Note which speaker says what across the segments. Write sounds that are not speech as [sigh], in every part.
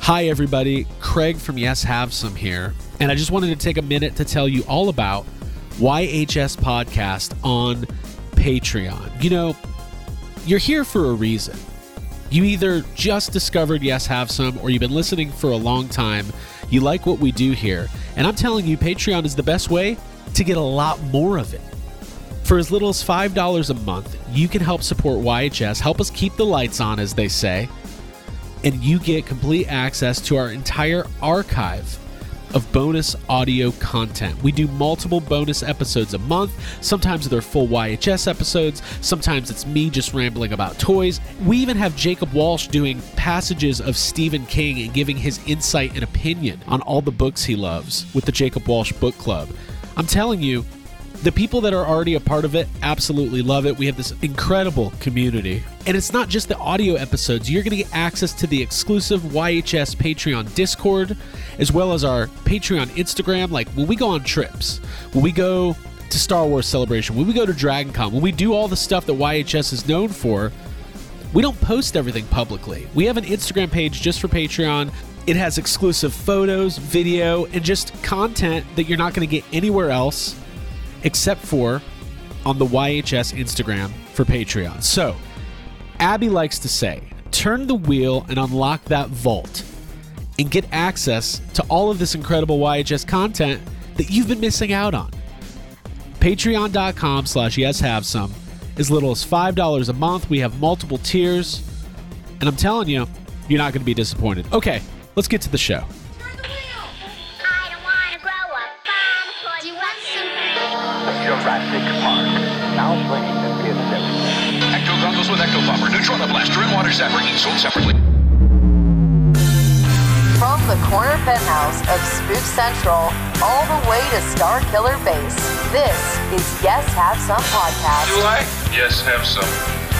Speaker 1: Hi, everybody. Craig from Yes Have Some here. And I just wanted to take a minute to tell you all about YHS Podcast on Patreon. You know, you're here for a reason. You either just discovered Yes Have Some or you've been listening for a long time. You like what we do here. And I'm telling you, Patreon is the best way to get a lot more of it. For as little as $5 a month, you can help support YHS, help us keep the lights on, as they say and you get complete access to our entire archive of bonus audio content. We do multiple bonus episodes a month. Sometimes they're full YHS episodes, sometimes it's me just rambling about toys. We even have Jacob Walsh doing passages of Stephen King and giving his insight and opinion on all the books he loves with the Jacob Walsh Book Club. I'm telling you, the people that are already a part of it absolutely love it. We have this incredible community. And it's not just the audio episodes, you're going to get access to the exclusive YHS Patreon Discord, as well as our Patreon Instagram. Like when we go on trips, when we go to Star Wars Celebration, when we go to Dragon Con, when we do all the stuff that YHS is known for, we don't post everything publicly. We have an Instagram page just for Patreon. It has exclusive photos, video, and just content that you're not going to get anywhere else except for on the YHS Instagram for Patreon. So, Abby likes to say, turn the wheel and unlock that vault and get access to all of this incredible YHS content that you've been missing out on. Patreon.com slash yes have some. As little as $5 a month. We have multiple tiers. And I'm telling you, you're not going to be disappointed. Okay, let's get to the show.
Speaker 2: I don't wanna grow up. I'm Do you want some?
Speaker 3: Jurassic Park. Now playing the kids everywhere.
Speaker 4: Ecto goggles with ecto bomber, Neutrona blaster, and water zapper each sold separately.
Speaker 5: From the corner penthouse of Spook Central all the way to Star Killer Base, this is Yes Have Some Podcast.
Speaker 4: I? Yes, have some.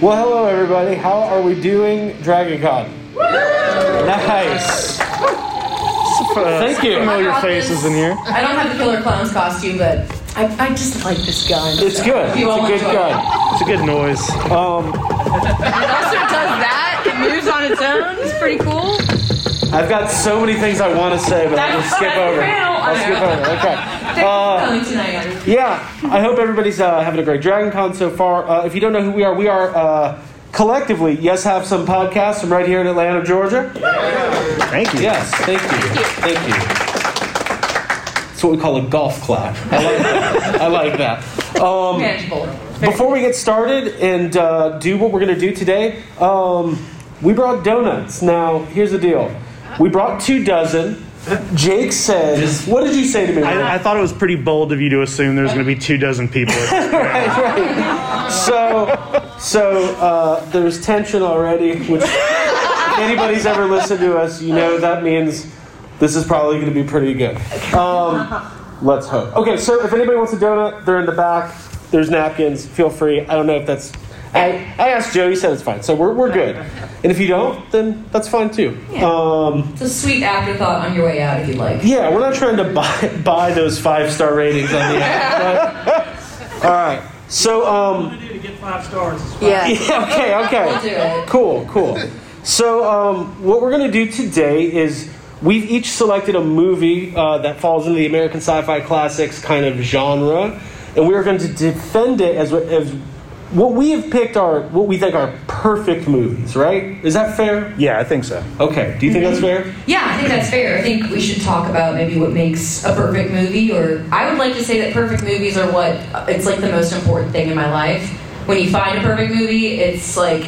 Speaker 6: Well, hello everybody. How are we doing, Dragon Con? Nice. Thank you.
Speaker 7: familiar faces in here.
Speaker 8: I don't have the Killer Clowns costume, but I, I just like this gun.
Speaker 6: It's good. It's
Speaker 8: You all
Speaker 6: a good
Speaker 8: enjoy
Speaker 6: gun.
Speaker 7: It's a good noise. Um,
Speaker 8: It also does that. It moves on its own. It's pretty cool.
Speaker 6: I've got so many things I want to say, but I'll
Speaker 8: That's
Speaker 6: just skip
Speaker 8: fine.
Speaker 6: over.
Speaker 8: Fail.
Speaker 6: I'll skip over. Okay.
Speaker 8: Thank you for coming tonight.
Speaker 6: Yeah, I hope everybody's uh, having a great Dragon Con so far. Uh, if you don't know who we are, we are uh, collectively Yes Have Some Podcast from right here in Atlanta, Georgia.
Speaker 7: Thank you.
Speaker 6: Yes, thank you. Thank you. It's what we call a golf clap. I like that. I like that. Um,
Speaker 8: Manageable.
Speaker 6: Before we get started and uh, do what we're going to do today, um, we brought donuts. Now, here's the deal we brought two dozen. Jake said, What did you say to me?
Speaker 7: I, I thought it was pretty bold of you to assume there's going to be two dozen people.
Speaker 6: so, so uh, there's tension already, which if anybody's ever listened to us, you know that means this is probably going to be pretty good. Um, let's hope. Okay, so if anybody wants a donut, they're in the back. There's napkins. Feel free. I don't know if that's. I, I asked Joe. He said it's fine, so we're, we're good. And if you don't, then that's fine too. Um,
Speaker 8: It's a sweet afterthought on your way out if you'd like.
Speaker 6: yeah, we're not trying to buy buy those five star ratings on the app. but- all right. So um,
Speaker 8: Yeah.
Speaker 6: [laughs]
Speaker 1: [laughs]
Speaker 6: Yeah, okay, okay.
Speaker 8: We'll do it.
Speaker 6: Cool, cool. So, um, what we're going to do today is we've each selected a movie uh, that falls into the American sci fi classics kind of genre, and we are going to defend it as, as what we have picked are what we think are perfect movies, right? Is that fair?
Speaker 7: yeah, I think so.
Speaker 6: Okay, do you think that's fair?
Speaker 8: Yeah, I think that's fair. I think we should talk about maybe what makes a perfect movie, or I would like to say that perfect movies are what it's like the most important thing in my life. When you find a perfect movie, it's like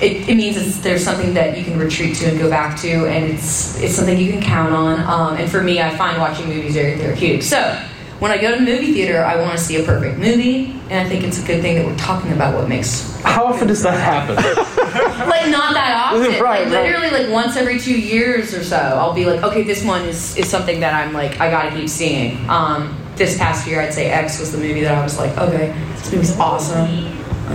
Speaker 8: it, it means it's, there's something that you can retreat to and go back to, and it's it's something you can count on. Um, and for me, I find watching movies very therapeutic. So when I go to the movie theater, I want to see a perfect movie, and I think it's a good thing that we're talking about what makes
Speaker 1: How often does that happen?
Speaker 8: like not that often.
Speaker 1: [laughs] Right, right.
Speaker 8: like literally like once every two years or so, I'll be like, okay, this one is is something that I'm like I gotta keep seeing. Um, this past year, I'd say X was the movie that I was like, okay, this movie's awesome.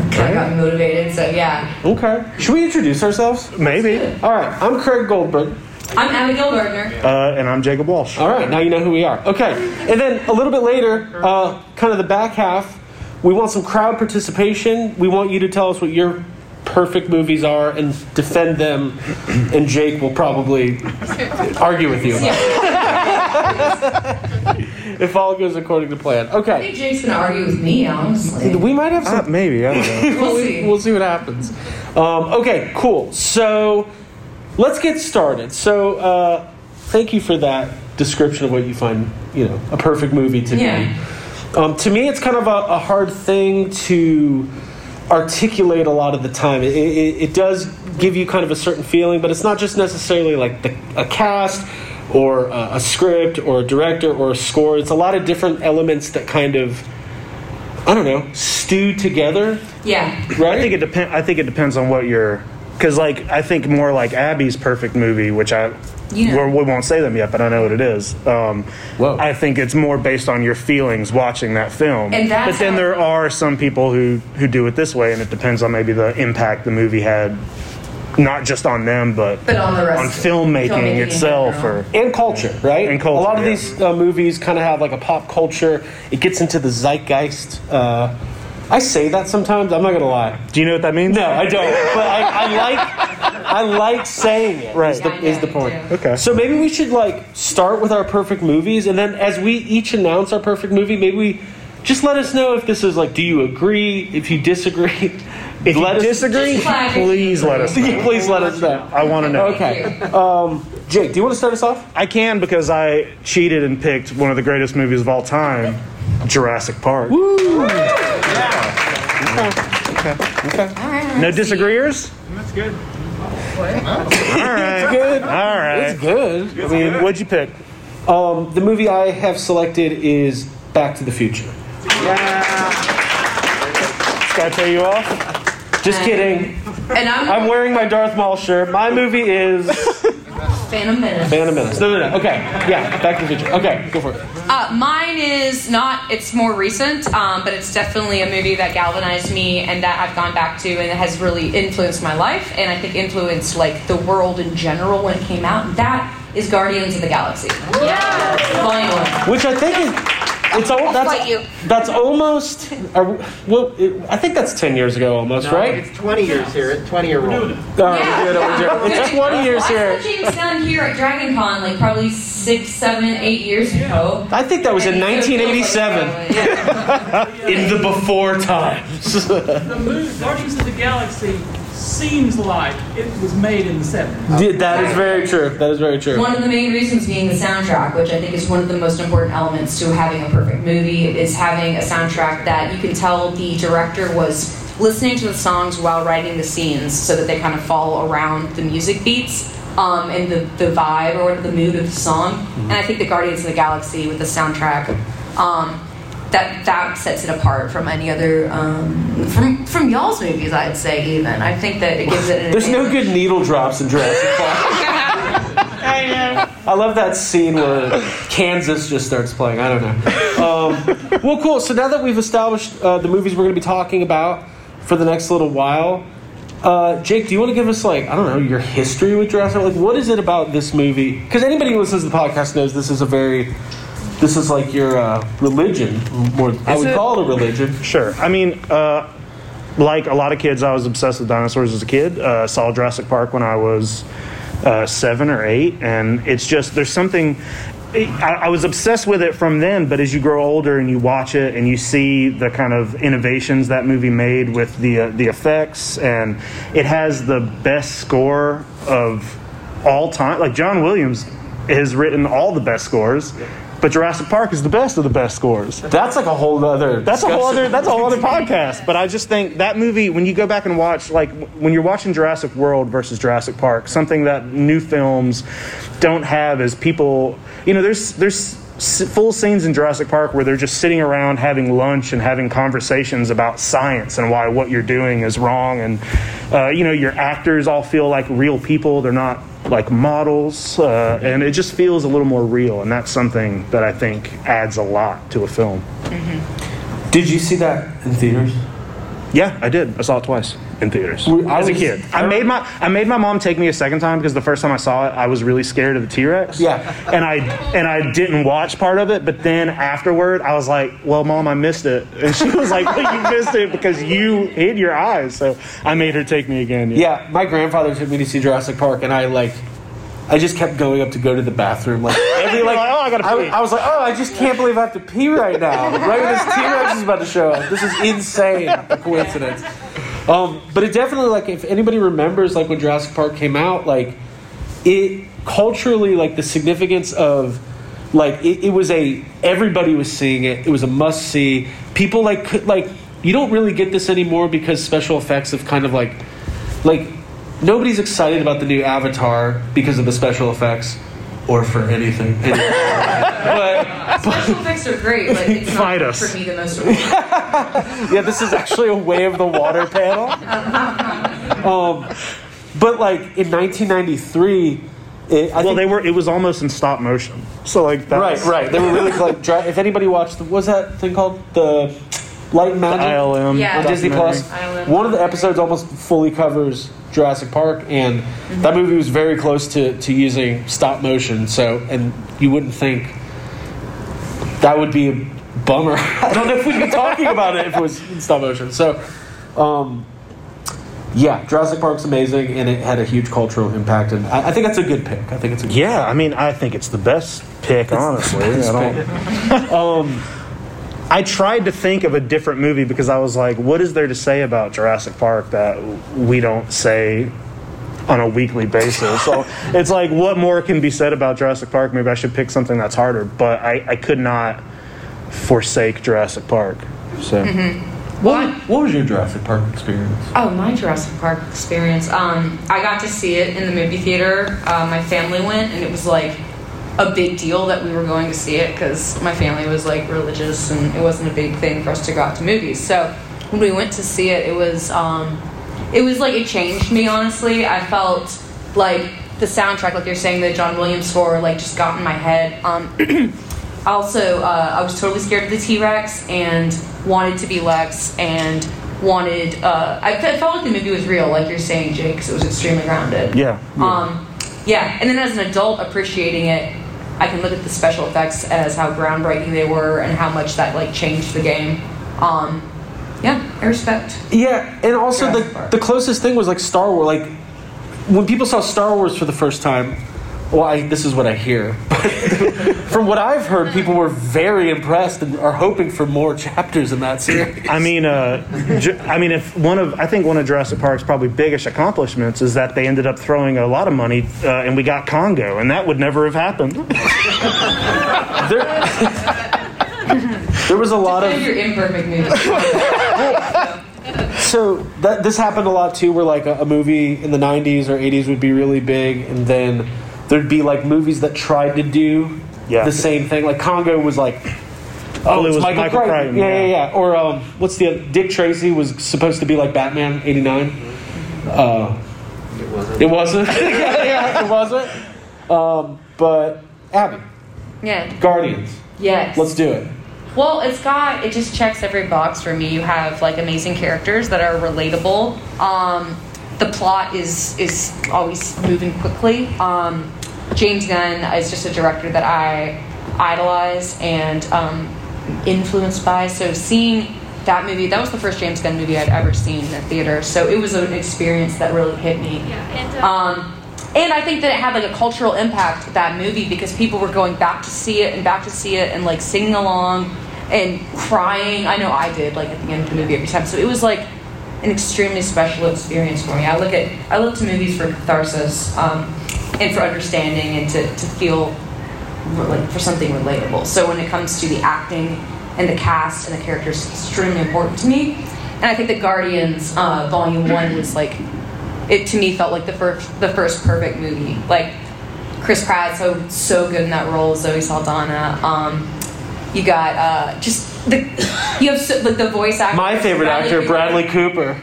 Speaker 8: Okay, I got motivated. So yeah,
Speaker 1: okay. Should we introduce ourselves?
Speaker 7: Maybe.
Speaker 1: All right. I'm Craig Goldberg.
Speaker 8: I'm Abigail Gardner.
Speaker 7: Uh, and I'm Jacob Walsh.
Speaker 1: All right, now you know who we are. Okay, and then a little bit later, uh, kind of the back half, we want some crowd participation. We want you to tell us what your perfect movies are and defend them, and Jake will probably argue with you. if all goes according to plan.
Speaker 8: I think
Speaker 1: Okay,
Speaker 8: Jake's gonna argue with me, honestly.
Speaker 1: we might have some.
Speaker 7: Uh, maybe I don't know.
Speaker 8: We'll see.
Speaker 1: [laughs] We'll see what happens. Um, okay, cool. So let's get started. So uh, thank you for that description of what you find, you know, a perfect movie to
Speaker 8: Yeah.
Speaker 1: be. Um, to me, it's kind of a, a hard thing to articulate a lot of the time. It, it, it does give you kind of a certain feeling, but it's not just necessarily like the, a cast or a, a script or a director or a score. It's a lot of different elements that kind of, I don't know, stew together,
Speaker 8: yeah.
Speaker 1: right?
Speaker 7: I think it depend. I think it depends on what you're. Because like I think more like Abby's perfect movie, which I
Speaker 8: Yeah.
Speaker 7: we're- we won't say them yet, but I know what it is. Um,
Speaker 1: Whoa.
Speaker 7: I think it's more based on your feelings watching that film.
Speaker 8: And that's
Speaker 7: but then
Speaker 8: how-
Speaker 7: there are some people who who do it this way, and it depends on maybe the impact the movie had, not just on them, but,
Speaker 8: But on the rest
Speaker 7: on
Speaker 8: of it.
Speaker 7: filmmaking,
Speaker 8: Filmmaking in
Speaker 7: itself
Speaker 8: general.
Speaker 7: or.
Speaker 1: and culture, right?
Speaker 7: And culture,
Speaker 1: A lot of
Speaker 7: yeah.
Speaker 1: these uh, movies kind of have like a pop culture. It gets into the zeitgeist. Uh, I say that sometimes. I'm not gonna lie.
Speaker 7: Do you know what that means?
Speaker 1: No, I don't. but I, I like I like saying it.
Speaker 7: Right.
Speaker 1: Is the,
Speaker 8: Yeah, I know
Speaker 1: is the
Speaker 8: you
Speaker 1: point?
Speaker 8: do.
Speaker 7: Okay.
Speaker 1: So maybe we should like start with our perfect movies, and then as we each announce our perfect movie, maybe we just let us know if this is like, do you agree? If you disagree, [laughs]
Speaker 7: If you
Speaker 1: let us-
Speaker 7: disagree,
Speaker 8: Just flag it.
Speaker 7: please let
Speaker 1: [laughs]
Speaker 7: us know.
Speaker 1: please let us know.
Speaker 7: I want to know.
Speaker 1: Okay.
Speaker 8: Thank you.
Speaker 1: Um, Jake, do you want to start us off?
Speaker 7: I can because I cheated and picked one of the greatest movies of all time, Jurassic Park.
Speaker 8: All right,
Speaker 7: No
Speaker 8: let's see.
Speaker 7: disagreeers? That's good. All right.
Speaker 1: Good.
Speaker 7: All right.
Speaker 1: It's good.
Speaker 7: I mean, what'd you pick?
Speaker 1: Um, the movie I have selected is Back to the Future.
Speaker 7: Should I pay you off?
Speaker 1: Just kidding.
Speaker 8: And I'm,
Speaker 1: I'm wearing my Darth Maul shirt. My movie
Speaker 8: [laughs]
Speaker 1: is
Speaker 8: Phantom Menace.
Speaker 1: Phantom Menace. No, no, no. Okay. Yeah, Back to the Future. Okay, go for it.
Speaker 8: Uh, mine is not. It's more recent, um, but it's definitely a movie that galvanized me and that I've gone back to and it has really influenced my life and I think influenced like the world in general when it came out. And that is Guardians of the Galaxy. Yeah. Volume
Speaker 1: Which I think is. It's all, that's,
Speaker 8: fight you.
Speaker 1: that's almost. Are, we- well, it, I think that's 10 years ago almost, right?
Speaker 9: It's 20 years here. It's 20 year old.
Speaker 1: All right, we're doing it, we're doing it. It's 20 years
Speaker 8: I
Speaker 1: here.
Speaker 8: saw James Gunn here at Dragon Con like probably six, seven, eight years ago.
Speaker 1: I think that was in 1987.
Speaker 8: Yeah.
Speaker 1: In the before [laughs] times.
Speaker 6: The movie Guardians of the Galaxy seems like it was made in the 70s.
Speaker 1: Yeah, that is very true. That is very true.
Speaker 8: One [laughs] of the main reasons being the soundtrack, which I think is one of the most important elements to having a perfect movie, is having a soundtrack that you can tell the director was listening to the songs while writing the scenes so that they kind of fall around the music beats. Um, and the, the vibe or the mood of the song. And I think the Guardians of the Galaxy with the soundtrack um, that that sets it apart from any other um, from from y'all's movies. I'd say even I think that it gives it. An
Speaker 1: There's no
Speaker 8: advantage.
Speaker 1: good needle drops in Jurassic Park. I love that scene where Kansas just starts playing. I don't know. Um, well, cool. So now that we've established uh, the movies we're going to be talking about for the next little while, uh, Jake, do you want to give us like I don't know your history with Jurassic? Park? Like, what is it about this movie? Because anybody who listens to the podcast knows this is a very this is like your uh, religion. More, I
Speaker 7: Is
Speaker 1: would
Speaker 7: it?
Speaker 1: call it a religion.
Speaker 7: Sure. I mean, uh, like a lot of kids, I was obsessed with dinosaurs as a kid. Uh, saw Jurassic Park when I was uh, seven or eight, and it's just there's something. I, I was obsessed with it from then, but as you grow older and you watch it and you see the kind of innovations that movie made with the uh, the effects, and it has the best score of all time. Like John Williams has written all the best scores, but Jurassic Park is the best of the best scores.
Speaker 1: That's like a whole other.
Speaker 7: That's a whole
Speaker 1: discussion.
Speaker 7: other. That's a whole [laughs] other podcast. But I just think that movie, when you go back and watch, like w- when you're watching Jurassic World versus Jurassic Park, something that new films don't have is people. You know, there's there's s- full scenes in Jurassic Park where they're just sitting around having lunch and having conversations about science and why what you're doing is wrong. And, uh, you know, your actors all feel like real people. They're not like models. Uh, and it just feels a little more real. And that's something that I think adds a lot to a film.
Speaker 1: Did you see that in theaters?
Speaker 7: Yeah, I did. I saw it twice in theaters
Speaker 1: I
Speaker 7: as a
Speaker 1: was-
Speaker 7: kid. I made my I made my mom take me a second time because the first time I saw it, I was really scared of the T Rex.
Speaker 1: Yeah.
Speaker 7: and I and I didn't watch part of it, but then afterward, I was like, "Well, mom, I missed it," and she was like, well, "You missed it because you hid your eyes." So I made her take me again.
Speaker 1: Yeah, my grandfather took me to see Jurassic Park, and I like, I just kept going up to go to the bathroom.
Speaker 7: [laughs]
Speaker 1: Like every like, oh, I gotta I, was like, oh, I just can't believe I have to pee right
Speaker 7: [laughs]
Speaker 1: now. right when this T Rex is about to show up, this is insane. The coincidence. Um, but it definitely like if anybody remembers like when Jurassic Park came out, like it culturally like the significance of like it, it was a everybody was seeing it. It was a must see. People like could, like you don't really get this anymore because special effects have kind of like like nobody's excited about the new Avatar because of the special effects or for anything. And-
Speaker 8: Special effects are great, [laughs] but it's not
Speaker 1: Fight us.
Speaker 8: for me the most [laughs] important.
Speaker 1: [laughs] yeah, this is actually a way of the water panel. Um, but like in 1993. It, well,
Speaker 7: they were. It was almost in stop motion. So like, that
Speaker 1: right,
Speaker 7: was-
Speaker 1: right. They were really like. Dra- if anybody watched, the, what was that thing called the Light and Magic
Speaker 7: The ILM Yeah.
Speaker 1: on Disney Plus?
Speaker 7: documentary.
Speaker 1: One of the episodes almost fully covers Jurassic Park, and that movie was very close to to using stop motion. So, and you wouldn't think that would be a bummer. [laughs] I don't know if we'd be talking about it if it was in stop motion. So, um, yeah, Jurassic Park's amazing, and it had a huge cultural impact, and I, I think that's a good pick. I think it's a good
Speaker 7: Yeah, I mean, I think it's the best pick, [laughs] honestly.
Speaker 1: It's
Speaker 7: I don't- um, I tried to think of a different movie because I was like, what is there to say about Jurassic Park that we don't say on a weekly basis? so it's like, what more can be said about Jurassic Park? Maybe I should pick something that's harder, but I, I could not forsake Jurassic Park. So.
Speaker 8: Mm-hmm.
Speaker 1: What, what was your Jurassic Park experience?
Speaker 8: Oh, my Jurassic Park experience. Um, I got to see it in the movie theater. Uh, my family went, and it was like a big deal that we were going to see it because my family was like religious, and it wasn't a big thing for us to go out to movies. So when we went to see it, it was um, it was like it changed me. Honestly, I felt like the soundtrack, like you're saying, the John Williams score, like just got in my head. Um, [clears throat] also, uh, I was totally scared of the T Rex and wanted to be Lex and wanted. Uh, I, fe- felt like the movie was real, like you're saying, Jake, because it was extremely grounded.
Speaker 7: Yeah.
Speaker 8: Um, yeah, and then as an adult appreciating it, I can look at the special effects as how groundbreaking they were and how much that like changed the game. Um, yeah, I respect.
Speaker 1: Yeah, and also the, the closest thing was like Star Wars. Like when people saw Star Wars for the first time, well, I, this is what I hear. [laughs] From what I've heard, people were very impressed and are hoping for more chapters in that series.
Speaker 7: [laughs] I mean, uh, Ju- I mean, if one of I think one of Jurassic Park's probably biggest accomplishments is that they ended up throwing a lot of money, uh, and we got Congo, and that would never have happened.
Speaker 1: There was a lot of
Speaker 8: Defend your imperfect movie.
Speaker 1: [laughs] so that this happened a lot too where like a, a movie in the 90s or 80s would be really big and then there'd be like movies that tried to do
Speaker 7: Yeah.
Speaker 1: the same thing like congo was like
Speaker 7: Well,
Speaker 1: oh
Speaker 7: it
Speaker 1: it's
Speaker 7: was
Speaker 1: michael,
Speaker 7: Michael
Speaker 1: crichton,
Speaker 7: Crichton,
Speaker 1: Yeah, yeah yeah or um, what's the other- dick tracy was supposed to be like batman 89 uh, it wasn't it wasn't [laughs] yeah, yeah, it wasn't um, but abby
Speaker 8: yeah.
Speaker 1: guardians
Speaker 8: Yes.
Speaker 1: let's do it
Speaker 8: Well, it's got it just checks every box for me. You have like amazing characters that are relatable. Um, the plot is is always moving quickly. Um, James Gunn is just a director that I idolize and um, influenced by. So seeing that movie, that was the first James Gunn movie I'd ever seen in the theater. So it was an experience that really hit me. Um, and I think that it had like a cultural impact that movie because people were going back to see it and back to see it and like singing along and crying. I know I did like at the end of the movie every time. So it was like an extremely special experience for me. I look at I look to movies for catharsis um, and for understanding and to, to feel like for something relatable. So when it comes to the acting and the cast and the characters, it's extremely important to me. And I think that Guardians uh, Volume One was like it to me felt like the first the first perfect movie. Like Chris Pratt so so good in that role as Zoe Saldana. Um, you got uh, just the [laughs] you have so, like the voice actor.
Speaker 1: My favorite actor, Bradley Cooper.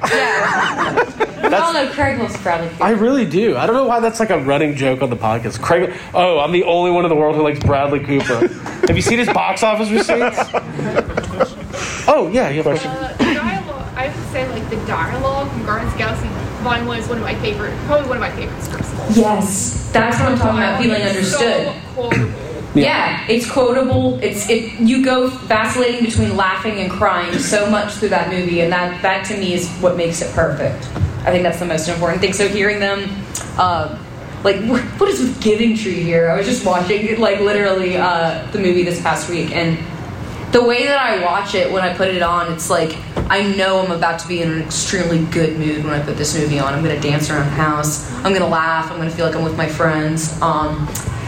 Speaker 8: Yeah, I don't know. Craig loves Bradley.
Speaker 1: I really do. I don't know why that's like a running joke on the podcast. Craig, oh, I'm the only one in the world who likes Bradley
Speaker 7: [laughs]
Speaker 1: Cooper. Have you seen his box office receipts? oh yeah, you have a question.
Speaker 4: Uh, the dialogue, I have to say, like the dialogue from Guardians of the Galaxy One was one of my favorite, probably one of my favorite scripts. of all time.
Speaker 8: Yes, that's what I'm talking about. Feeling understood.
Speaker 4: So quotable.
Speaker 8: Yeah. it's quotable. It's it. You go vacillating between laughing and crying so much through that movie, and that that to me is what makes it perfect. I think that's the most important thing. So hearing them, uh, like wh- what is with Giving Tree here? I was just watching like literally uh, the movie this past week, and the way that I watch it when I put it on, it's like I know I'm about to be in an extremely good mood when I put this movie on. I'm gonna dance around the house. I'm gonna laugh. I'm gonna feel like I'm with my friends. Um,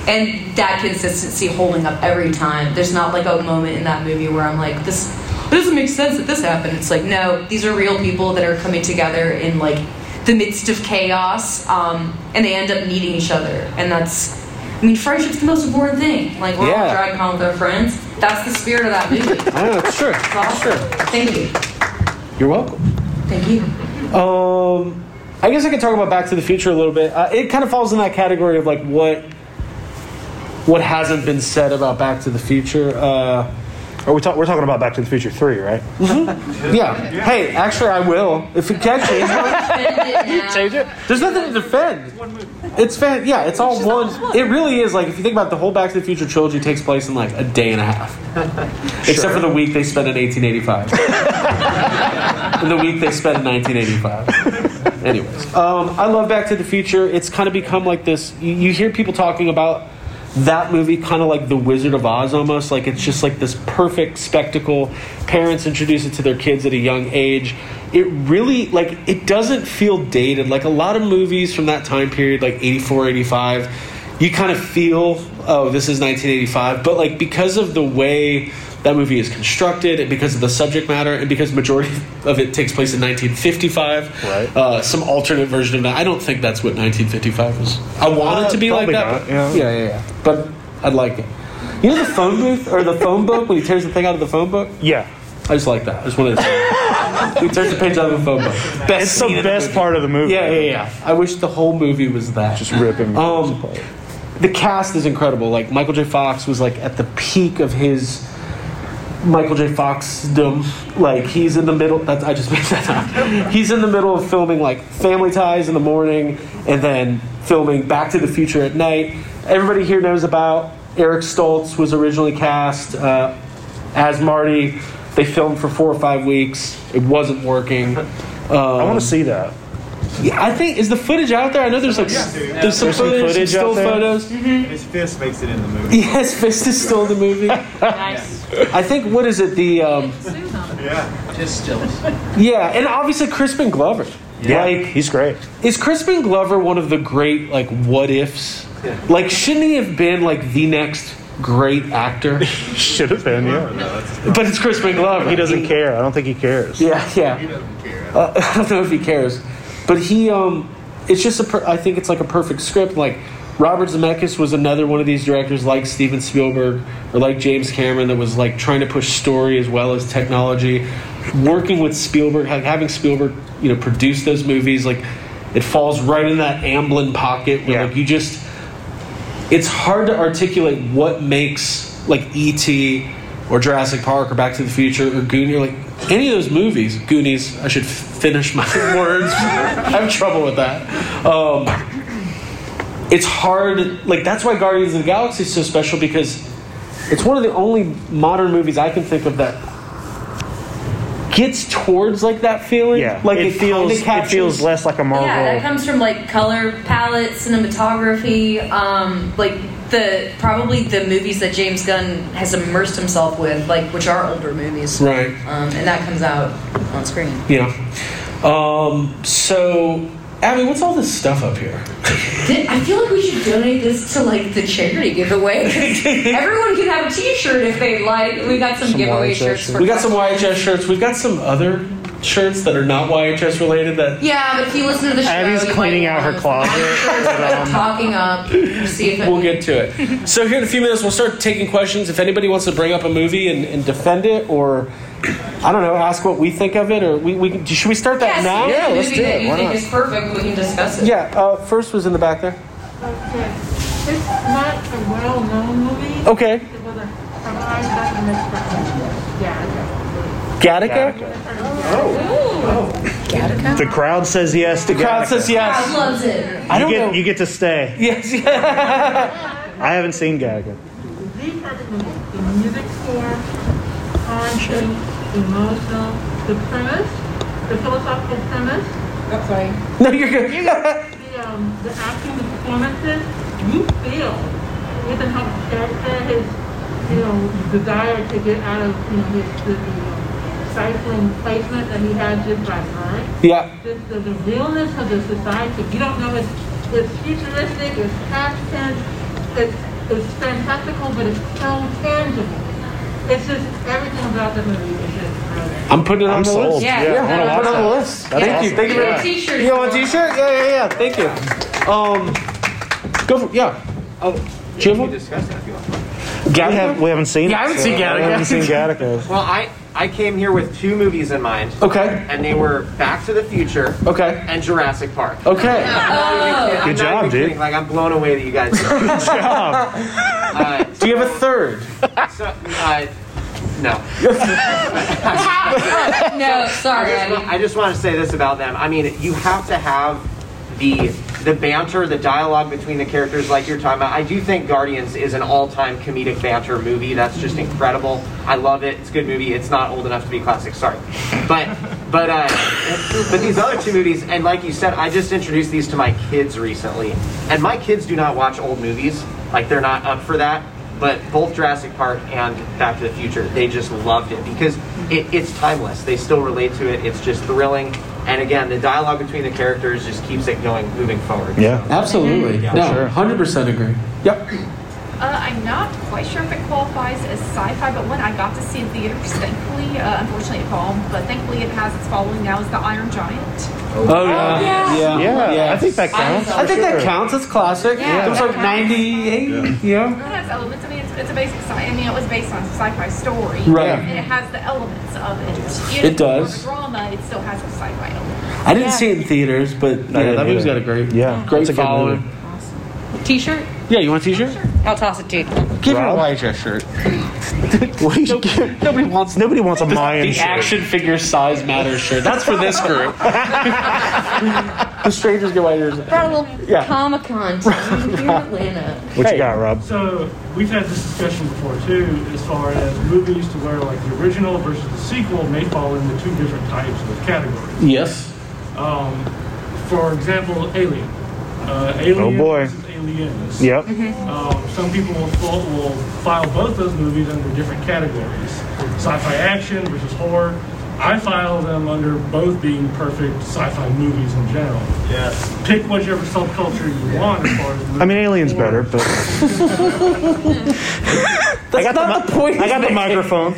Speaker 8: and that consistency holding up every time. There's not like a moment in that movie where I'm like, this, it doesn't make sense that this happened. It's like, no, these are real people that are coming together in like the midst of chaos, um, and they end up needing each other. And that's, I mean, friendship's the most important thing. Like we're all
Speaker 1: Yeah.
Speaker 8: drag con with our friends. That's the spirit of that movie.
Speaker 1: [laughs] I don't know. It's true.
Speaker 8: It's awesome. Thank you.
Speaker 1: You're welcome.
Speaker 8: Thank you.
Speaker 1: Um, I guess I could talk about Back to the Future a little bit. Uh, it kind of falls in that category of like what what hasn't been said about Back to the Future. Uh,
Speaker 7: Are we talk- we're talking about Back to the Future 3, right?
Speaker 1: Mm-hmm.
Speaker 7: [laughs]
Speaker 1: yeah. Hey, actually, I will. If it can change [laughs] it, change it. There's nothing to defend. It's fan. Yeah, it's all one. It really is. Like if you think about the whole Back to the Future trilogy, takes place in like a day and a half, except for the week they spent in 1885. and [laughs] the week they spent in 1985. Anyways, um, I love Back to the Future. It's kind of become like this. You, you hear people talking about that movie kind of like the wizard of oz almost like it's just like this perfect spectacle parents introduce it to their kids at a young age it really like it doesn't feel dated like a lot of movies from that time period like 84 85 you kind of feel oh this is 1985 but like because of the way that movie is constructed and because of the subject matter and because majority of it takes place in 1955 right uh, some alternate version of that i don't think that's what 1955 was i want it to be like
Speaker 7: probably
Speaker 1: that
Speaker 7: not,
Speaker 1: but-
Speaker 7: yeah.
Speaker 1: yeah yeah yeah but i'd like it you know the phone booth or the phone book when he tears the thing out of the phone book
Speaker 7: yeah
Speaker 1: i just like that i just wanted to say he tears the page out of the phone book
Speaker 7: it's the best part of the movie.
Speaker 1: yeah, yeah, yeah. I wish the whole movie was that. Just ripping. Um, the cast is incredible. Like Michael J. Fox was like at the peak of his Michael J. Foxdom. Like he's in the middle. That's I just [laughs] made that up. He's in the middle of filming like Family Ties in the morning, and then filming Back to the Future at night. Everybody here knows about Eric Stoltz was originally cast uh, as Marty. They filmed for four or five weeks. It wasn't working. I
Speaker 7: want to see that.
Speaker 1: Yeah, I think is the footage out there. I know there's like s- there's some footage, some still photos.
Speaker 10: His fist makes it in the movie.
Speaker 1: [laughs] Yes, Fist is still in the movie. nice. I think what is it? The um,
Speaker 10: Yeah.
Speaker 9: Just still.
Speaker 1: yeah, and obviously Crispin Glover.
Speaker 7: Yeah,
Speaker 1: Like,
Speaker 7: he's great.
Speaker 1: is Crispin Glover one of the great like what ifs? Like, shouldn't he have been like the next great actor?
Speaker 7: [laughs] Should have been, [laughs] yeah.
Speaker 1: But it's Crispin Glover.
Speaker 7: He doesn't care. I don't think he cares.
Speaker 1: Yeah, yeah. He doesn't care. Uh, [laughs] I don't know if he cares, but he um, it's just a. Per- I think it's like a perfect script. Like Robert Zemeckis was another one of these directors, like Steven Spielberg or like James Cameron, that was like trying to push story as well as technology. Working with Spielberg, like having Spielberg, you know, produce those movies, like it falls right in that Amblin pocket where like you just it's hard to articulate what makes like E.T. or Jurassic Park or Back to the Future or Goonies, or like any of those movies. Goonies, I should f- finish my [laughs] words. I have trouble with that. Um, it's hard, like, that's why Guardians of the Galaxy is so special because it's one of the only modern movies I can think of that gets towards like that feeling.
Speaker 7: Yeah,
Speaker 1: like
Speaker 7: it
Speaker 1: it,
Speaker 7: feels-
Speaker 1: kinda
Speaker 7: it
Speaker 1: captures-
Speaker 7: feels less like a
Speaker 8: Yeah, that comes from like color palette, cinematography, um, like the probably the movies that James Gunn has immersed himself with, like which are older movies,
Speaker 1: Right.
Speaker 8: Um, and that comes out on screen.
Speaker 1: Yeah. Um, so, Abby, what's all this stuff up here?
Speaker 8: Did- I feel like we should donate this to like the charity giveaway. [laughs] 'cause everyone can have a T-shirt if they like. We got some, giveaway shirts. For
Speaker 1: We got some YHS shirts. We've got some other shirts that are not YHS related that
Speaker 8: Yeah, but if you listen to the show,
Speaker 1: Abby's
Speaker 8: you
Speaker 1: cleaning
Speaker 8: might
Speaker 1: out her
Speaker 8: want- [laughs]
Speaker 1: closet,
Speaker 8: I'm sure it's
Speaker 1: but, um,
Speaker 8: talking up. See if it,
Speaker 1: we'll get to
Speaker 8: [laughs]
Speaker 1: it. So here in a few minutes, we'll start taking questions. If anybody wants to bring up a movie and, and defend it, or I don't know, ask what we think of it, or we, we should we start that
Speaker 8: yes,
Speaker 1: now?
Speaker 8: if there's a movie that you think is perfect, we can discuss it.
Speaker 1: Yeah, uh, first was in the back there.
Speaker 6: Okay. It's not a well-known movie.
Speaker 1: Okay.
Speaker 6: It was a, from Eyes Back in the Sky. Yeah.
Speaker 1: Gattaca.
Speaker 6: Oh.
Speaker 7: The crowd says yes.
Speaker 1: The
Speaker 7: to
Speaker 1: crowd
Speaker 7: Gattaca.
Speaker 1: says yes. Crowd
Speaker 8: loves it.
Speaker 7: You get, You get to stay.
Speaker 1: Yes.
Speaker 7: [laughs] I haven't seen Gattaca.
Speaker 6: The perfect movie. The music score, haunting, emotional, the premise, the philosophical premise.
Speaker 8: That's sorry.
Speaker 1: No, you're good.
Speaker 6: the, um, the acting, the performances, you feel Ethan Hawke's character, his, you know, desire to get out of, you know, his, the, the um, stifling placement that he had just by
Speaker 1: [laughs]
Speaker 6: birth.
Speaker 1: Yeah.
Speaker 6: The, the, the realness of the society, you don't know, it's, it's futuristic, it's past tense, it's, it's fantastical, but it's so tangible. It's just, everything about the movie is
Speaker 7: [laughs]
Speaker 6: just brilliant.
Speaker 1: I'm putting it on
Speaker 7: I'm
Speaker 1: the
Speaker 7: sold.
Speaker 1: list.
Speaker 7: Yeah,
Speaker 1: yeah,
Speaker 7: I wanna
Speaker 1: put it
Speaker 7: watch
Speaker 1: on the
Speaker 7: that.
Speaker 1: list.
Speaker 7: That's
Speaker 1: Thank you.
Speaker 7: awesome.
Speaker 1: Thank you very
Speaker 7: Yeah.
Speaker 1: much.
Speaker 8: T-shirt.
Speaker 1: You want a t-shirt? Yeah, yeah, yeah. Thank you. Um, go for yeah. Oh, do you have one?
Speaker 7: We, have, we haven't seen.
Speaker 1: Yeah, I
Speaker 7: it,
Speaker 1: haven't
Speaker 7: so
Speaker 1: seen Gattaca.
Speaker 7: I haven't seen Gattaca.
Speaker 9: Well, I, I came here with two movies in mind.
Speaker 1: Okay.
Speaker 9: And they were Back to the Future.
Speaker 1: Okay.
Speaker 9: And Jurassic Park.
Speaker 1: Okay.
Speaker 9: I'm not
Speaker 7: Good job,
Speaker 9: even
Speaker 7: dude.
Speaker 9: kidding, Like I'm blown away that you
Speaker 1: [laughs]
Speaker 9: guys.
Speaker 7: Good job.
Speaker 9: Uh,
Speaker 1: Do you have a third?
Speaker 9: so, uh, no.
Speaker 5: [laughs]
Speaker 8: no, sorry.
Speaker 9: I just,
Speaker 8: Abby.
Speaker 9: I just want to say this about them. I mean, you have to have the the banter, the dialogue between the characters, like you're talking about. I do think Guardians is an all-time comedic banter movie. That's just incredible. I love it. It's a good movie. It's not old enough to be classic. Sorry, but but uh, but these other two movies, and like you said, I just introduced these to my kids recently, and my kids do not watch old movies. Like they're not up for that but both Jurassic Park and Back to the Future, they just loved it because it, it's timeless. They still relate to it. It's just thrilling, and again, the dialogue between the characters just keeps it going, moving forward.
Speaker 1: Absolutely.
Speaker 9: Yeah,
Speaker 1: no,
Speaker 9: sure.
Speaker 1: 100% agree. Yep.
Speaker 4: Uh, I'm not quite sure if it qualifies as sci-fi, but one I got to see in theaters, thankfully. Uh, unfortunately, it bombed, but thankfully it has its following now. Is the Iron Giant?
Speaker 1: Oh, yeah.
Speaker 8: yeah.
Speaker 1: Yeah.
Speaker 7: Yeah, I think that
Speaker 8: I
Speaker 7: counts.
Speaker 8: saw
Speaker 1: I think that
Speaker 7: Sure.
Speaker 1: counts. It's classic.
Speaker 4: Yeah.
Speaker 1: It was like
Speaker 4: Yeah.
Speaker 1: 98. Yeah.
Speaker 4: It has elements. I mean, it's, it's a basic sci. I mean, it was based on a sci-fi story,
Speaker 1: Right.
Speaker 4: And it has the elements of it.
Speaker 1: It
Speaker 4: Even if it's more of a
Speaker 1: does.
Speaker 4: drama. It still has a sci-fi element.
Speaker 1: I didn't see it in theaters, but
Speaker 7: I
Speaker 1: yeah,
Speaker 7: didn't
Speaker 1: that movie's got
Speaker 7: either.
Speaker 1: a great,
Speaker 7: Yeah,
Speaker 1: great
Speaker 7: that's a good
Speaker 1: following.
Speaker 7: movie.
Speaker 5: T-shirt?
Speaker 1: Yeah, you want a t-shirt?
Speaker 5: I'll toss it to you.
Speaker 1: Give her a
Speaker 7: Rob?
Speaker 1: YHS
Speaker 7: [laughs]
Speaker 1: shirt.
Speaker 7: We should give-
Speaker 1: Nobody wants
Speaker 7: Nobody wants a
Speaker 1: the,
Speaker 7: Mayan
Speaker 1: the
Speaker 7: shirt.
Speaker 1: action figure size matters shirt. That's for this
Speaker 7: [laughs]
Speaker 1: group. the strangers get YHS.
Speaker 5: Brought a little
Speaker 1: Yeah.
Speaker 5: Comic Con
Speaker 1: [laughs]
Speaker 5: here in Atlanta.
Speaker 7: What you got, Rob?
Speaker 11: So we've had this discussion before too, as far as movies to where like the original versus the sequel may fall into two different types of categories.
Speaker 1: Yes.
Speaker 11: Um, for example, Alien. Uh, Alien
Speaker 7: Oh, boy.
Speaker 11: versus Aliens.
Speaker 7: Yep.
Speaker 11: Um, some people will, fall, will file both those movies under different categories: sci-fi action versus horror. I file them under both being perfect sci-fi movies in general.
Speaker 10: Yes.
Speaker 11: Pick whichever subculture you want as far as
Speaker 7: I mean, Alien's better, but [laughs] I got the, mi- I got the microphone.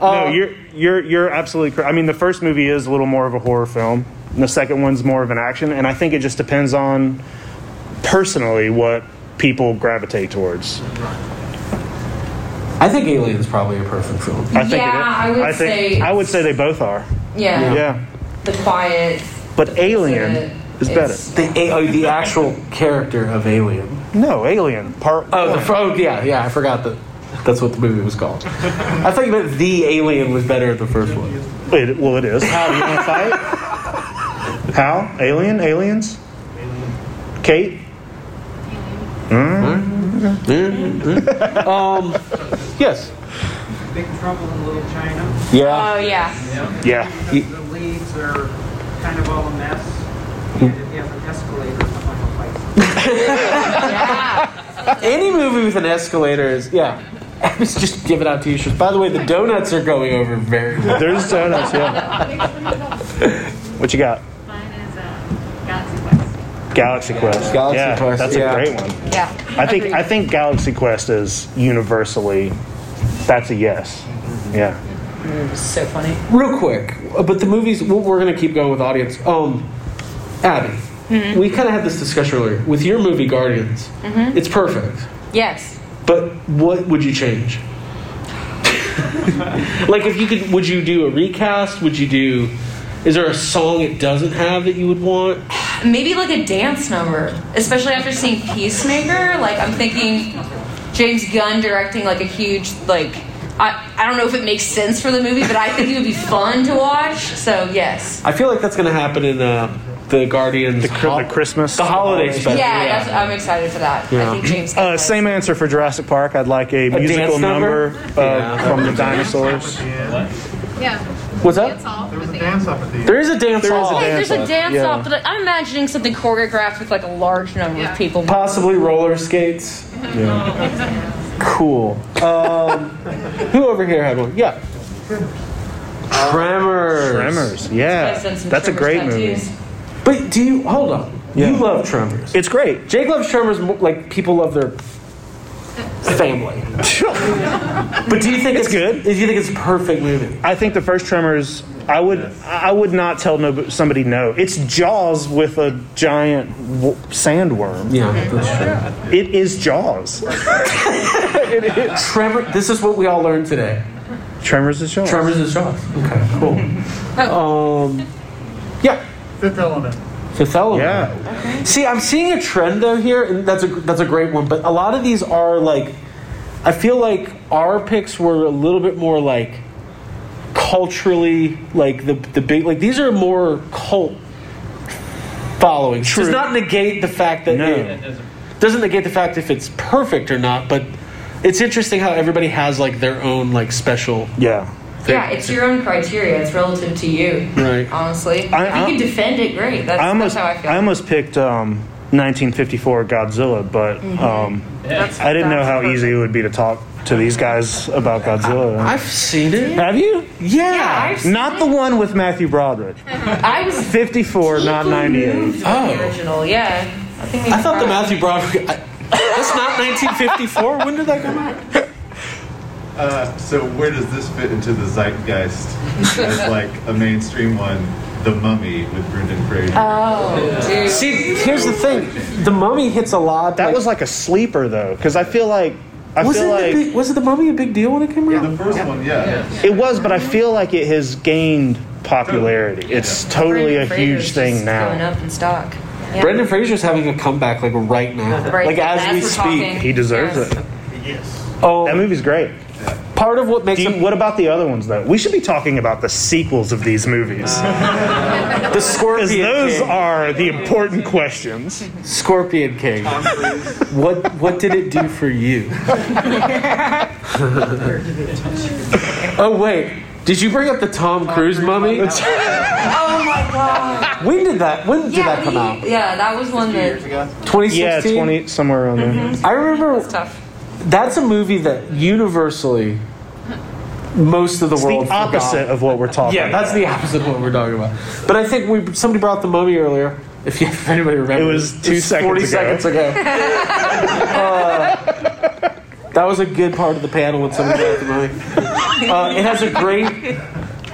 Speaker 7: no, you're you're you're absolutely correct. I mean, the first movie is a little more of a horror film. And the second one's more of an action, and I think it just depends on personally what people gravitate towards.
Speaker 1: I think Alien's probably a perfect film.
Speaker 7: I think
Speaker 8: Yeah, I
Speaker 7: it is.
Speaker 8: would
Speaker 7: think,
Speaker 8: say-
Speaker 7: I would say they both are.
Speaker 8: Yeah.
Speaker 7: Yeah,
Speaker 8: The quiet.
Speaker 7: but Alien is better.
Speaker 1: The, a- oh, the actual character of Alien.
Speaker 7: No, Alien Part.
Speaker 1: Oh, the, oh, yeah, yeah. I forgot that. That's what the movie was called. I thought you meant the Alien was better at the first one.
Speaker 7: It, well, it is. How you want to fight?
Speaker 8: [laughs]
Speaker 7: How? Alien? Aliens? Kate? Mm.
Speaker 1: [laughs]
Speaker 7: [laughs]
Speaker 1: um, yes.
Speaker 9: Big Trouble in Little China.
Speaker 1: Yeah.
Speaker 5: Oh, yeah.
Speaker 7: Yeah.
Speaker 1: Y-
Speaker 9: The leads are kind of all a mess. And if you have an escalator, someone will fight.
Speaker 1: Any movie with an escalator is yeah. [laughs] I was just giving out T-shirts. By the way, the donuts are going over very well.
Speaker 7: There's donuts, yeah.
Speaker 9: [laughs]
Speaker 7: What you got? Galaxy Quest.
Speaker 1: Galaxy
Speaker 7: yeah,
Speaker 1: Quest,
Speaker 7: That's
Speaker 1: yeah.
Speaker 7: a great one.
Speaker 5: Yeah.
Speaker 7: I think I think Galaxy Quest is universally that's a yes. Yeah.
Speaker 5: It was Mm, so funny.
Speaker 1: Real quick, uh, but the movies. We're we're gonna keep going with audience. Um, Abby,
Speaker 5: Mhm.
Speaker 1: we kind of had this discussion earlier with your movie Guardians.
Speaker 6: Mm-hmm.
Speaker 5: Mhm.
Speaker 1: It's perfect,
Speaker 5: Yes.
Speaker 1: but what would you change? [laughs] like, if you could, would you do a recast? Would you do? Is there a song it doesn't have that you would want?
Speaker 8: Maybe like a dance number, especially after seeing Peacemaker. Like I'm thinking James Gunn directing like a huge like I, I don't know if it makes sense for the movie, but I think it would be fun to watch. So yes.
Speaker 1: I feel like that's gonna happen in uh, the Guardians. The,
Speaker 7: Christmas.
Speaker 1: The holiday special.
Speaker 8: yeah, That's, I'm excited for that. I think James.
Speaker 7: Uh, same answer for Jurassic Park. I'd like a, musical
Speaker 1: dance number?
Speaker 7: number, uh, from the dinosaurs.
Speaker 5: Yeah.
Speaker 1: What's up?
Speaker 5: There was a
Speaker 10: dance off at the
Speaker 1: There is a dance
Speaker 8: There is
Speaker 1: off.
Speaker 8: there's a dance off, but I'm imagining something choreographed with like a large number of people.
Speaker 1: Possibly roller skates. Cool.
Speaker 8: [laughs]
Speaker 1: Um, who over here had one? Yeah. Tremors.
Speaker 7: Tremors. Yeah,
Speaker 1: Guys done some
Speaker 7: that's a
Speaker 1: Tremors
Speaker 7: great movie. [laughs]
Speaker 1: tattoos. But do you hold on? You love Tremors.
Speaker 7: It's great.
Speaker 1: Jake loves Tremors. mo- Like people love their family. but do you think it's, good? Do you think it's a perfect movie?
Speaker 7: I think the first Tremors. I would. I would not tell no, somebody no. It's Jaws with a giant w- sandworm.
Speaker 1: Yeah, that's
Speaker 7: true. It is Jaws.
Speaker 1: Tremor. This is what we all learned today.
Speaker 7: Tremors is Jaws.
Speaker 1: Tremors is Jaws. Okay, cool.
Speaker 8: Oh.
Speaker 1: Um, yeah.
Speaker 10: Fifth Element.
Speaker 1: Fifth Element.
Speaker 7: Yeah.
Speaker 1: See, I'm seeing a trend though here, and that's a that's a great one. But a lot of these are like, I feel like our picks were a little bit more like culturally like the the big like these are more cult following. Does
Speaker 7: True.
Speaker 1: not negate the fact that
Speaker 7: No.
Speaker 1: it doesn't negate the fact if it's perfect or not, but. It's interesting how everybody has like their own like special
Speaker 7: yeah
Speaker 8: Yeah, it's your own criteria. It's relative to you.
Speaker 1: Right.
Speaker 8: Honestly,
Speaker 7: I-
Speaker 8: if you
Speaker 7: I-
Speaker 8: can defend it, great. That's,
Speaker 7: I almost.
Speaker 8: that's how I feel.
Speaker 7: I almost picked um, 1954 Godzilla, but
Speaker 8: Mhm.
Speaker 7: um,
Speaker 8: That's-
Speaker 7: I didn't know how easy it would be to talk to these guys about Godzilla.
Speaker 1: I've seen it.
Speaker 7: Have you? Yeah.
Speaker 8: I've seen
Speaker 7: not the one with Matthew Broderick.
Speaker 8: I was
Speaker 7: 54, not 98.
Speaker 8: Oh. The original, yeah. I, think we
Speaker 1: I thought the
Speaker 8: tried.
Speaker 1: Matthew Broderick. I, that's not 1954. When did that come out?
Speaker 10: Uh, so where does this fit into the zeitgeist as
Speaker 8: [laughs]
Speaker 10: like a mainstream one? The Mummy with Brendan Fraser.
Speaker 8: Oh, dude.
Speaker 1: See, here's the thing: the Mummy hits a lot.
Speaker 7: That was like a sleeper though, because I feel like I
Speaker 1: was it
Speaker 7: feel like
Speaker 1: the big, was it the Mummy a big deal when it came out?
Speaker 10: The first one, yeah.
Speaker 7: it was, but I feel like it has gained popularity. It's totally a
Speaker 8: Brendan Fraser's
Speaker 7: huge thing
Speaker 8: just Going
Speaker 7: now.
Speaker 8: up in stock. Yeah.
Speaker 1: Brendan Fraser's having a comeback like right now,
Speaker 8: Right,
Speaker 1: like as,
Speaker 8: as
Speaker 1: we
Speaker 8: we're
Speaker 1: speak.
Speaker 8: talking.
Speaker 7: He deserves
Speaker 8: Yes.
Speaker 7: it.
Speaker 1: Oh,
Speaker 7: That movie's great.
Speaker 1: part of what makes
Speaker 7: Do you-
Speaker 1: him-
Speaker 7: what about the other ones though? We should be talking about the sequels of these movies
Speaker 1: the Scorpion
Speaker 7: because those
Speaker 1: King.
Speaker 7: are the important questions.
Speaker 1: Scorpion King. what what did it do for you? oh wait, did you bring up the Tom Cruise Mummy?
Speaker 8: Oh my god.
Speaker 1: when did that? When did that come out?
Speaker 8: Yeah, that was one that.
Speaker 7: Yeah,
Speaker 1: 2016.
Speaker 7: twenty somewhere around there.
Speaker 1: I remember
Speaker 8: It's tough.
Speaker 1: That's a movie that universally most of the
Speaker 7: It's
Speaker 1: world
Speaker 7: the opposite
Speaker 1: forgot.
Speaker 7: of what we're talking.
Speaker 1: Yeah, that's the opposite of what we're talking about. But I think we somebody brought the mummy earlier. If, you, if anybody remembers,
Speaker 7: was two
Speaker 1: It's
Speaker 7: seconds
Speaker 1: forty
Speaker 7: ago.
Speaker 1: seconds ago.
Speaker 7: [laughs]
Speaker 1: Uh, that was a good part of the panel when somebody brought the mummy. Uh, it has a great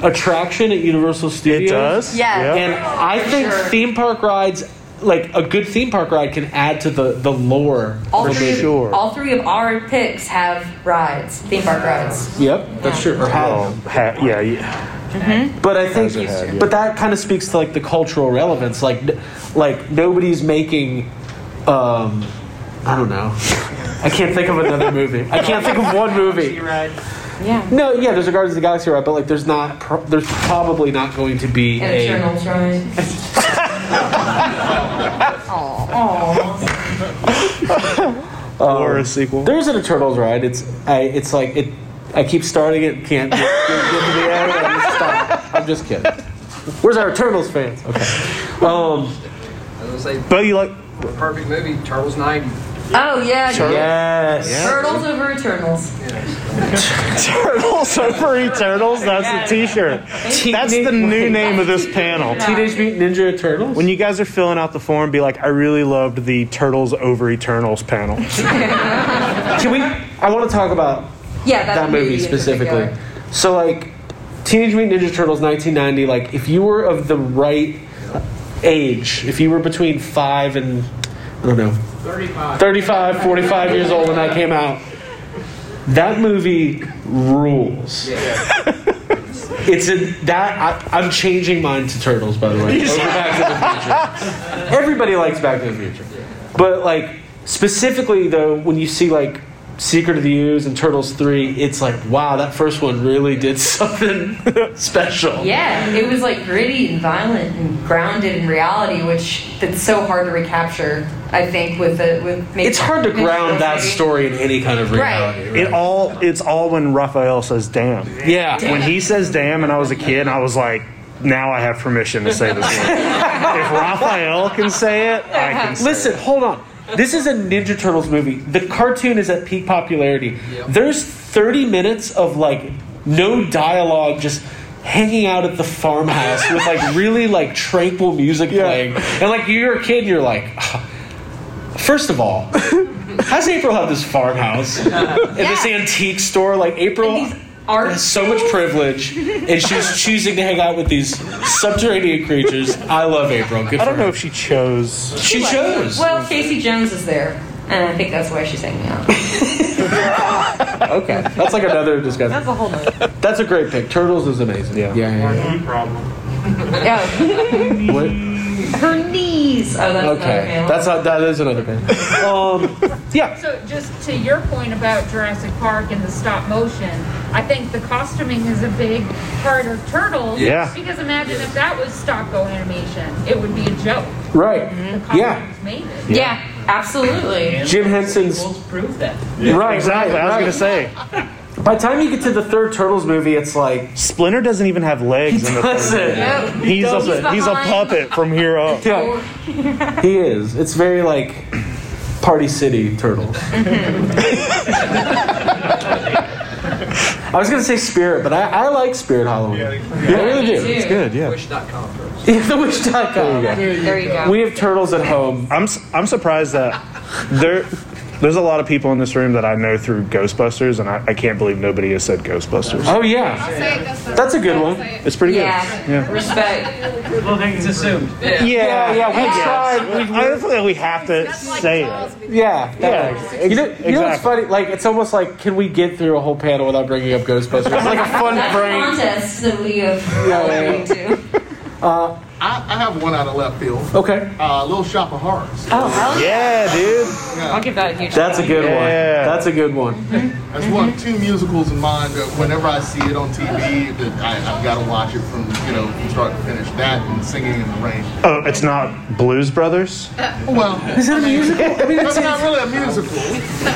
Speaker 1: attraction at Universal Studios.
Speaker 7: It does.
Speaker 8: Yeah.
Speaker 1: And I think
Speaker 8: Sure.
Speaker 1: theme park rides, like a good theme park ride, can add to the the lore.
Speaker 8: All
Speaker 1: for
Speaker 8: three,
Speaker 1: sure.
Speaker 7: sure.
Speaker 8: of, all three of our picks have rides, theme park rides.
Speaker 1: Yep, that's true. Or Mm-hmm. how?
Speaker 7: Oh, ha- yeah, yeah.
Speaker 1: But I think,
Speaker 7: it had, yeah.
Speaker 1: but that kind of speaks to like the cultural relevance. Like, n- like nobody's making, um, I don't know. I can't think of [laughs] another movie. I can't think of one movie.
Speaker 8: Yeah.
Speaker 1: No, yeah, there's a Guardians of the Galaxy ride, but like, there's not. Pro- there's probably not going to be
Speaker 8: And a
Speaker 1: a.
Speaker 8: journal ride. [laughs] Aww.
Speaker 7: [laughs] or a sequel.
Speaker 1: Um, There's an Eternals ride. It's I. It's like it. I keep starting it. Can't get, get- get to the end. and I just stop. I'm just kidding. Where's our Eternals fans? Okay. Um,
Speaker 12: I was like,
Speaker 7: But you like
Speaker 12: perfect movie, Turtles 90.
Speaker 8: Oh yeah. dude.
Speaker 1: yes.
Speaker 8: Turtles over Eternals.
Speaker 7: Turtles over Eternals? That's the T-shirt. That's the new name of this panel.
Speaker 1: Teenage Mutant Ninja Turtles.
Speaker 7: When you guys are filling out the form, be like, "I really loved the Turtles over Eternals panel."
Speaker 1: Can we? I want to talk about
Speaker 8: Yeah,
Speaker 1: that movie specifically. So like, Teenage Mutant Ninja Turtles 1990, like if you were of the right age, if you were between 5 and I don't know,
Speaker 12: 35.
Speaker 1: 35, 45 years old when that came out, that movie rules. [laughs] It's a, that I, I'm changing mine to Turtles, by the way. over Back to the Future. Everybody likes Back to the Future. But like specifically though, when you see like Secret of the Ooze and Turtles three, it's like wow, that first one really did [laughs] something [laughs] special.
Speaker 8: Yeah, it was like gritty and violent and grounded in reality, which it's so hard to recapture. I think with the with making,
Speaker 1: It's hard to ground that story in any kind of reality. Right.
Speaker 7: It all it's all when Raphael says damn.
Speaker 1: Yeah.
Speaker 7: When he says damn and I was a kid I was like, now I have permission to say
Speaker 1: [laughs]
Speaker 7: this word. if Raphael can say it, I can say
Speaker 1: Uh-huh. Listen, hold on. This is a Ninja Turtles movie. The cartoon is at peak popularity. There's 30 minutes of like no dialogue, just hanging out at the farmhouse with like really like tranquil music playing. And like you're a kid and you're like, "Ah." first of all, how's April have this
Speaker 8: [laughs]
Speaker 1: farmhouse? And this antique store? Like April has so much privilege and
Speaker 8: [laughs]
Speaker 1: she's choosing to hang out with these subterranean creatures. I love April. Good
Speaker 7: I
Speaker 1: for
Speaker 7: don't know if she chose.
Speaker 1: She chose.
Speaker 8: Well, Casey Jones is there, and I think that's why she's hanging out.
Speaker 1: Okay, that's like another discussion. That's
Speaker 8: a whole nother.
Speaker 1: That's a great pick. Turtles is amazing. Yeah, yeah, yeah. yeah.
Speaker 11: problem.
Speaker 8: [laughs] Yeah.
Speaker 1: What?
Speaker 8: Her knees. Oh, that's another
Speaker 1: Okay,
Speaker 8: panel.
Speaker 1: that's not, that is another thing.
Speaker 8: [laughs]
Speaker 1: Um, yeah.
Speaker 5: So just to your point about Jurassic Park and the stop motion, I think the costuming is a big part of Turtles.
Speaker 1: Yeah.
Speaker 5: Because imagine if that was stop go animation, it would be a joke.
Speaker 1: right. Mm-hmm. Yeah.
Speaker 5: It's made it.
Speaker 8: Yeah, absolutely.
Speaker 1: Jim Henson's.
Speaker 5: Prove that.
Speaker 1: Right, [laughs]
Speaker 7: exactly.
Speaker 1: right,
Speaker 7: I was
Speaker 1: right.
Speaker 7: gonna say
Speaker 1: By the time you get to the third Turtles movie, it's like
Speaker 7: Splinter doesn't even have legs in the
Speaker 1: doesn't.
Speaker 7: third.
Speaker 1: No,
Speaker 7: one.
Speaker 1: he
Speaker 7: he's
Speaker 1: doesn't.
Speaker 7: a he's a puppet from here up.
Speaker 1: Yeah. he is. It's very like Party
Speaker 8: [laughs]
Speaker 1: City Turtles. I was gonna say Spirit, but I, I like Spirit Halloween. I really do. It's good. Yeah.
Speaker 12: Wish.com.
Speaker 1: Yeah, the wish.com. There you go.
Speaker 8: There you go.
Speaker 1: We have turtles at home.
Speaker 7: I'm s- I'm surprised that there there's a lot of people in this room that I know through Ghostbusters, and I, I can't believe nobody has said Ghostbusters.
Speaker 1: Oh yeah, that's a good one.
Speaker 7: It's pretty
Speaker 8: Yeah.
Speaker 7: good. Yeah.
Speaker 8: Respect.
Speaker 12: It's assumed.
Speaker 7: Yeah, yeah,
Speaker 1: we tried. We-
Speaker 7: I don't feel like we have to say it.
Speaker 1: Yeah,
Speaker 7: Yeah,
Speaker 1: yeah. You know, you know what's
Speaker 7: exactly.
Speaker 1: funny? Like, it's almost like, can we get through a whole panel without bringing up Ghostbusters?
Speaker 13: [laughs]
Speaker 1: It's like a [laughs] fun
Speaker 8: That's a
Speaker 1: prank.
Speaker 8: contest that we have
Speaker 1: Yeah, yeah, yeah.
Speaker 8: to.
Speaker 13: I, I have one out of left field.
Speaker 1: Okay.
Speaker 13: Uh, Little Shop of Horrors.
Speaker 8: Oh,
Speaker 7: Yeah, dude.
Speaker 13: I'll
Speaker 8: give that a huge. Mm-hmm.
Speaker 1: That's a good one.
Speaker 7: Yeah.
Speaker 1: That's a good one.
Speaker 13: That's one two musicals in mind that whenever I see it on TV, that I, I've got to watch it from you know from start to finish. That and Singing in the Rain.
Speaker 7: Oh, it's not Blues Brothers.
Speaker 13: Well,
Speaker 1: is it a musical? I mean,
Speaker 13: it's not really a musical.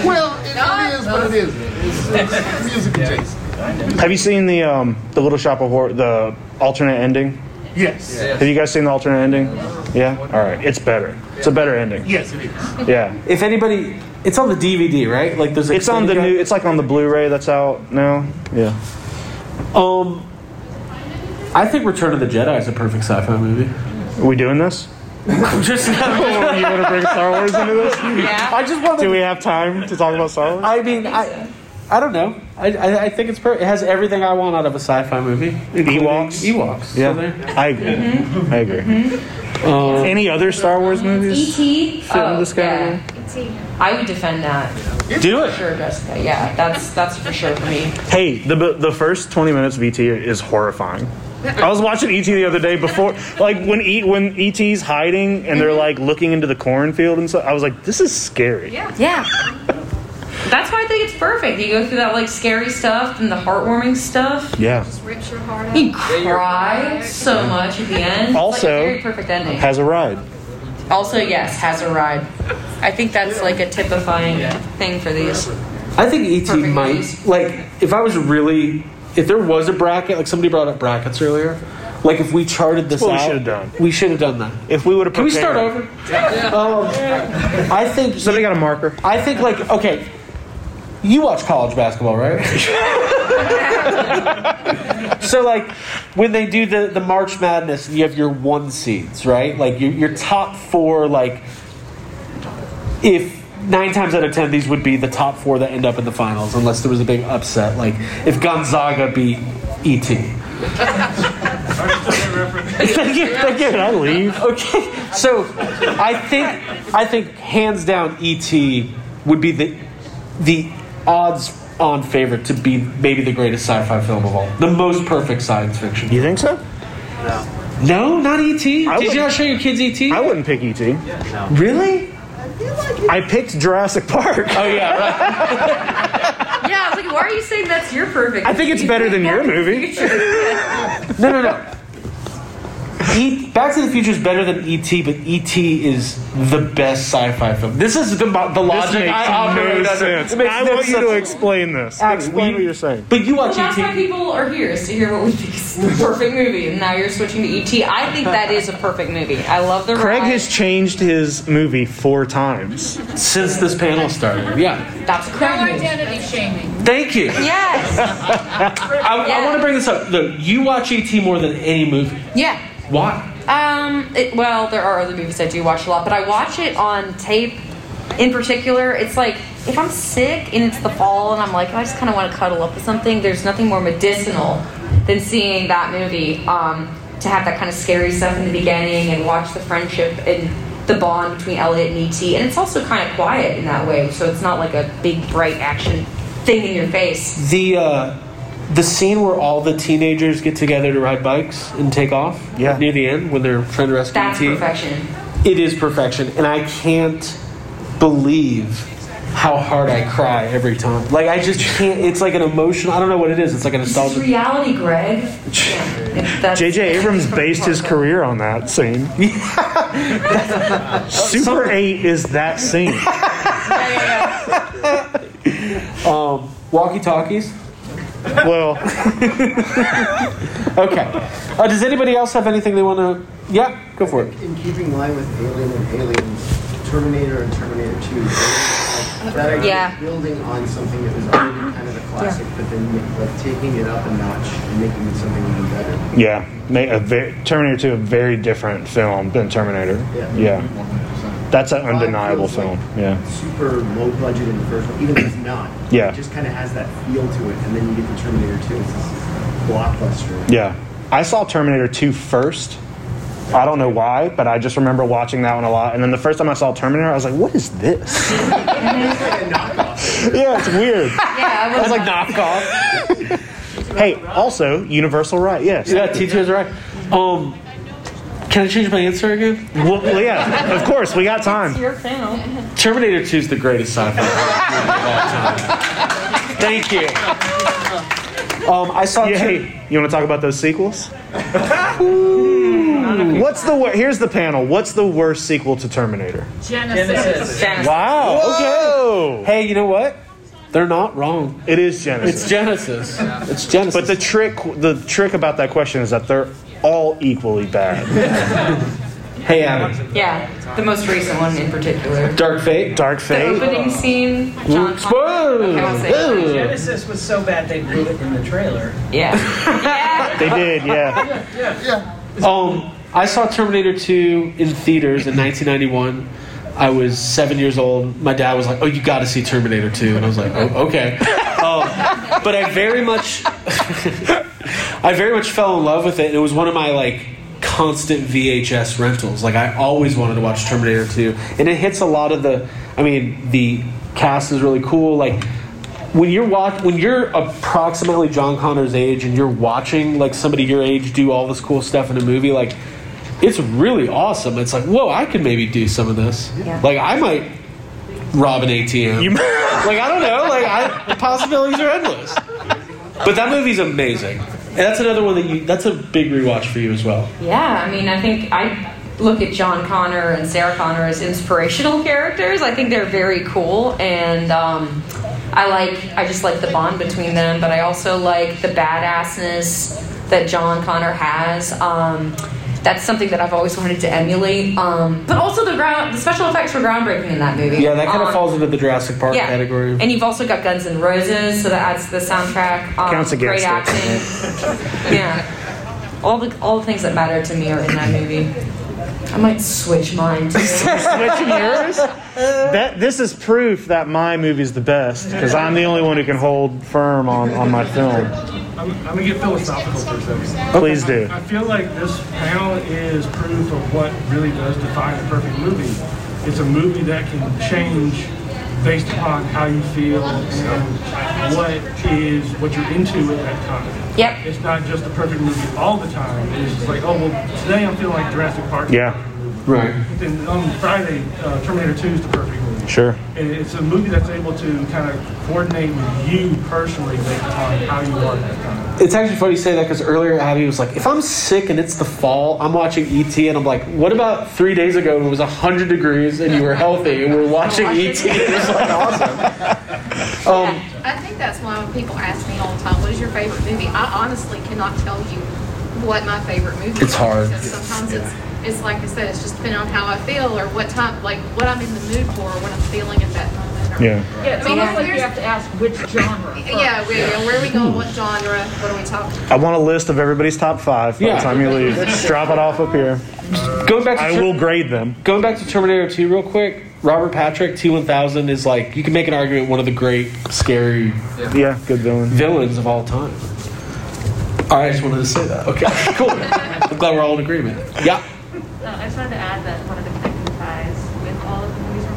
Speaker 13: Well, it, it is, but it isn't. It's, it's music adjacent.
Speaker 7: Have you seen the um the Little Shop of Horror the alternate ending?
Speaker 13: Yes.
Speaker 7: Have you guys seen the alternate ending? Yeah. All right. It's better. It's a better ending.
Speaker 13: Yes, it is.
Speaker 7: Yeah.
Speaker 1: If anybody, it's on the DVD, right? Like, there's.
Speaker 7: It's on the new. It's like on the Blu-ray that's out now. Yeah.
Speaker 1: Um, I think Return of the Jedi is a perfect sci-fi movie.
Speaker 7: Are we doing this?
Speaker 1: [laughs] Just.
Speaker 7: [laughs] you want to bring Star Wars into this?
Speaker 1: I just wanted.
Speaker 7: Do we have time to talk about Star Wars?
Speaker 1: I mean, I. I don't know. I, I, I think it's per- it has everything I want out of a sci-fi movie. including
Speaker 7: Ewoks?
Speaker 1: Ewoks.
Speaker 7: Yeah.
Speaker 1: So there-
Speaker 7: I agree. I agree.
Speaker 1: Um,
Speaker 7: Any other Star Wars movies?
Speaker 8: E.T.
Speaker 7: Fit in this category?
Speaker 8: oh, I would defend that.
Speaker 7: Do
Speaker 8: For sure, Jessica. Yeah, that's that's for sure for me.
Speaker 7: Hey, the the first twenty minutes of ET is horrifying. I was watching ET the other day before, like when e, when ET's hiding and they're like looking into the cornfield and stuff. I was like, this is scary.
Speaker 8: Yeah. Yeah. That's why I think it's perfect. You go through that like scary stuff and the heartwarming stuff.
Speaker 7: Yeah.
Speaker 5: Rips your heart
Speaker 8: You cry so much at the end.
Speaker 7: Also-
Speaker 8: like a very perfect ending.
Speaker 7: Has a ride. [laughs]
Speaker 8: also, yes, has a ride. I think that's like a typifying thing for these.
Speaker 1: I think ET
Speaker 8: Perfect
Speaker 1: might
Speaker 8: movies.
Speaker 1: like if I was really if there was a bracket like somebody brought up brackets earlier. Like if we charted this
Speaker 7: what we
Speaker 1: out,
Speaker 7: should've done.
Speaker 1: We should have done that.
Speaker 7: If we would have
Speaker 1: Can we start over? Um, I think
Speaker 7: Somebody got a marker.
Speaker 1: I think like okay. You watch college basketball,
Speaker 7: [laughs]
Speaker 1: right? so like when they do the the March Madness, and you have your one seeds, right? Like your your top four, like if nine times out of ten these would be the top E four that end up in the finals unless there was a big upset like if gonzaga beat et thank
Speaker 7: [laughs]
Speaker 1: you, thank you.
Speaker 7: Can I leave?
Speaker 1: Okay, so I think I think hands down, E.T. would be the the odds on favorite to be maybe the greatest sci-fi film of all, the most perfect science fiction.
Speaker 7: You think so?
Speaker 1: No, not ET. Did
Speaker 7: you
Speaker 1: not show your kids ET?
Speaker 7: I wouldn't pick ET.
Speaker 1: Really?
Speaker 7: I picked Jurassic Park.
Speaker 1: Oh yeah,
Speaker 7: [laughs]
Speaker 1: right.
Speaker 8: Yeah, I was like, why are you saying that's your perfect?
Speaker 7: I think it's
Speaker 8: movie?
Speaker 7: better than your movie. [laughs]
Speaker 1: No, no, no. E- Back to the Future is better than ET, but ET is the best sci-fi film. This is the, mo- the
Speaker 7: This
Speaker 1: logic
Speaker 7: makes
Speaker 1: I operate
Speaker 7: no
Speaker 1: under.
Speaker 7: sense.
Speaker 1: It makes
Speaker 7: I
Speaker 1: no
Speaker 7: want you
Speaker 1: sense.
Speaker 7: to explain this.
Speaker 1: Abby,
Speaker 7: explain
Speaker 1: we-
Speaker 7: what you're saying.
Speaker 1: But you
Speaker 8: Well,
Speaker 1: watch
Speaker 8: that's
Speaker 7: E
Speaker 8: why
Speaker 1: ET.
Speaker 8: people are here is to hear what we think is the perfect movie, and now you're switching to ET. I think that is a perfect movie. I love the
Speaker 7: Craig
Speaker 8: ride.
Speaker 7: has changed his movie four times
Speaker 1: since this panel started. Yeah.
Speaker 8: That's
Speaker 5: No
Speaker 8: Craig.
Speaker 5: identity shaming.
Speaker 1: Thank you.
Speaker 8: Yes.
Speaker 1: [laughs] I, I want to bring this up. Look, you watch ET more than any movie.
Speaker 8: Yeah.
Speaker 1: Why?
Speaker 8: Um. It, well, there are other movies I do watch a lot, but I watch it on tape. In particular, it's like if I'm sick and it's the fall and I'm like, oh, I just kind of want to cuddle up with something. There's nothing more medicinal than seeing that movie. Um, to have that kind of scary stuff in the beginning and watch the friendship and the bond between Elliot and ET. And it's also kind of quiet in that way, so it's not like a big bright action thing in your face.
Speaker 1: The uh, the scene where all the teenagers get together to ride bikes and take off. Yeah. Near the end when they're trying to rescue
Speaker 8: That's
Speaker 1: ET.
Speaker 8: perfection.
Speaker 1: It is perfection, and I can't believe how hard I cry every time. Like I just can't. It's like an emotional. I don't know what it is. It's like a
Speaker 8: It's
Speaker 1: nostalgia.
Speaker 8: reality, Greg.
Speaker 7: J.J. Abrams based his career on that [laughs] scene. Super 8 is that scene.
Speaker 1: Um, walkie talkies. [laughs]
Speaker 7: Well,
Speaker 1: okay. Uh, does anybody else have anything they want to? Yeah, go for it.
Speaker 14: In keeping in line with Alien and Aliens, Terminator and Terminator 2, that idea
Speaker 8: Yeah.
Speaker 14: of building on something that was already kind of a classic, but then like, taking it up a notch and making
Speaker 9: [laughs]
Speaker 14: it something even better.
Speaker 7: yeah. ma- a ve- Terminator 2, a very different film than Terminator.
Speaker 14: Yeah.
Speaker 7: That's an undeniable film. Yeah.
Speaker 14: Super low budget in the first one, even if it's not.
Speaker 7: Yeah.
Speaker 14: It just kind of has that feel to it, and then you get the Terminator 2, it's this blockbuster.
Speaker 7: Yeah. I saw Terminator 2 first. I don't know why, but I just remember watching that one a lot. And then the first time I saw Terminator, I was like, what is
Speaker 1: [laughs]
Speaker 7: this? yeah, it's weird.
Speaker 8: Yeah,
Speaker 1: I was like knockoff.
Speaker 7: [laughs] Hey, also, Universal Right, yes.
Speaker 1: Yeah, teacher's right. Um, can I change my answer again?
Speaker 7: Well, well, yeah, of course, we got time.
Speaker 8: Your film.
Speaker 1: Terminator 2 is the greatest sci-fi movie of all time. Thank you. Um, I saw.
Speaker 7: Yeah, hey, you want to talk about those
Speaker 1: [laughs]
Speaker 7: sequels? Ooh. What's the wor- here's the panel? What's the worst sequel to Terminator?
Speaker 5: Genesis.
Speaker 7: Wow. Okay.
Speaker 1: Hey, you know what? They're not wrong.
Speaker 7: It is Genesis.
Speaker 1: It's Genesis. It's Genesis.
Speaker 7: But the trick, the trick about that question is that they're all equally bad.
Speaker 1: [laughs] hey, Adam.
Speaker 8: Yeah, the most recent one in particular.
Speaker 1: Dark Fate.
Speaker 7: Dark
Speaker 8: The
Speaker 7: Fate.
Speaker 8: opening scene. John
Speaker 1: Spoilers.
Speaker 8: Conrad. Okay, I'll say it.
Speaker 12: Genesis was so bad they blew it in the trailer.
Speaker 8: Yeah.
Speaker 7: They did, yeah.
Speaker 1: [laughs] Um, I saw Terminator 2 in theaters in 1991. I was seven years old. My dad was like, "Oh, you got to see Terminator 2," and I was like, "Oh, okay." [laughs] Um, but I very much, I very much fell in love with it. and It was one of my like constant VHS rentals. Like I always wanted to watch Terminator 2, and it hits a lot of the. I mean, the cast is really cool. Like when you're watch, when you're approximately John Connor's age and you're watching like somebody your age do all this cool stuff in a movie, like it's really awesome. It's like, whoa, I could maybe do some of this. Like I might rob an ATM.
Speaker 6: [laughs]
Speaker 7: You- [laughs]
Speaker 1: like I don't know. Like I, the possibilities are endless. But that movie's amazing, and that's another one that you. That's a big rewatch for you as well.
Speaker 8: Yeah, I mean, I think I look at John Connor and Sarah Connor as inspirational characters. I think they're very cool, and um, I like, I just like the bond between them. But I also like the badassness that John Connor has. Um, that's something that I've always wanted to emulate. Um, but also the ground, the special effects were groundbreaking in that movie.
Speaker 1: Yeah, that kind of
Speaker 8: Um,
Speaker 1: falls into the Jurassic Park
Speaker 8: yeah.
Speaker 1: category.
Speaker 8: And you've also got Guns N' Roses, so that adds to the soundtrack. Um,
Speaker 7: Counts against
Speaker 8: Great acting.
Speaker 7: [laughs]
Speaker 8: yeah. All the all the things that matter to me are in that movie. I might switch mine too.
Speaker 7: Switching yours? That this is proof that my movie's the best because I'm the only one who can hold firm on, on my film.
Speaker 11: I'm, I'm gonna get philosophical for a second.
Speaker 7: Please do.
Speaker 11: I, I feel like this panel is proof of what really does define a perfect movie. It's a movie that can change based upon how you feel and what is what you're into at that time.
Speaker 8: Yep.
Speaker 11: It's not just a perfect movie all the time. It's just like, oh well, today I'm feeling like Jurassic Park.
Speaker 7: Yeah. Right.
Speaker 11: Then on Friday, uh, Terminator 2 is the perfect movie.
Speaker 7: Sure.
Speaker 11: And it's a movie that's able to kind of coordinate with you personally based upon how you are at that time.
Speaker 1: It's actually funny you say that because earlier Abby was like, if I'm sick and it's the fall, I'm watching ET, and I'm like, what about three days ago when it was 100 degrees and you were healthy and we we're
Speaker 8: [laughs]
Speaker 1: watching ET?
Speaker 8: E
Speaker 1: It was like awesome. Um,
Speaker 4: I think that's why when people ask me all the time, "What is your favorite movie?" I honestly cannot tell you what my favorite movie is.
Speaker 1: It's hard.
Speaker 4: Because sometimes it's, it's like I said, it's just depending on how I feel or what time, like what I'm in the mood for, or what I'm feeling at that moment. Or,
Speaker 7: Yeah.
Speaker 5: Yeah, it's
Speaker 4: I mean,
Speaker 5: almost like you
Speaker 4: there's-
Speaker 5: have to ask which genre. first.
Speaker 4: Yeah, we, where are we going? What genre? What are we talking?
Speaker 7: I want a list of everybody's top five by
Speaker 1: Yeah.
Speaker 7: the time you leave. Just drop it off up here.
Speaker 1: Going back to
Speaker 7: I
Speaker 1: Ter-
Speaker 7: will grade them.
Speaker 1: Going back to Terminator 2 real quick, Robert Patrick, T1000 is like, you can make an argument, one of the great, scary
Speaker 7: Yeah, good villain.
Speaker 1: villains of all time. All right, I just wanted to say that. Okay, [laughs] cool. I'm glad we're all in agreement. Yeah.
Speaker 15: Uh, I just wanted to add that one of the connecting ties with all of the movies we're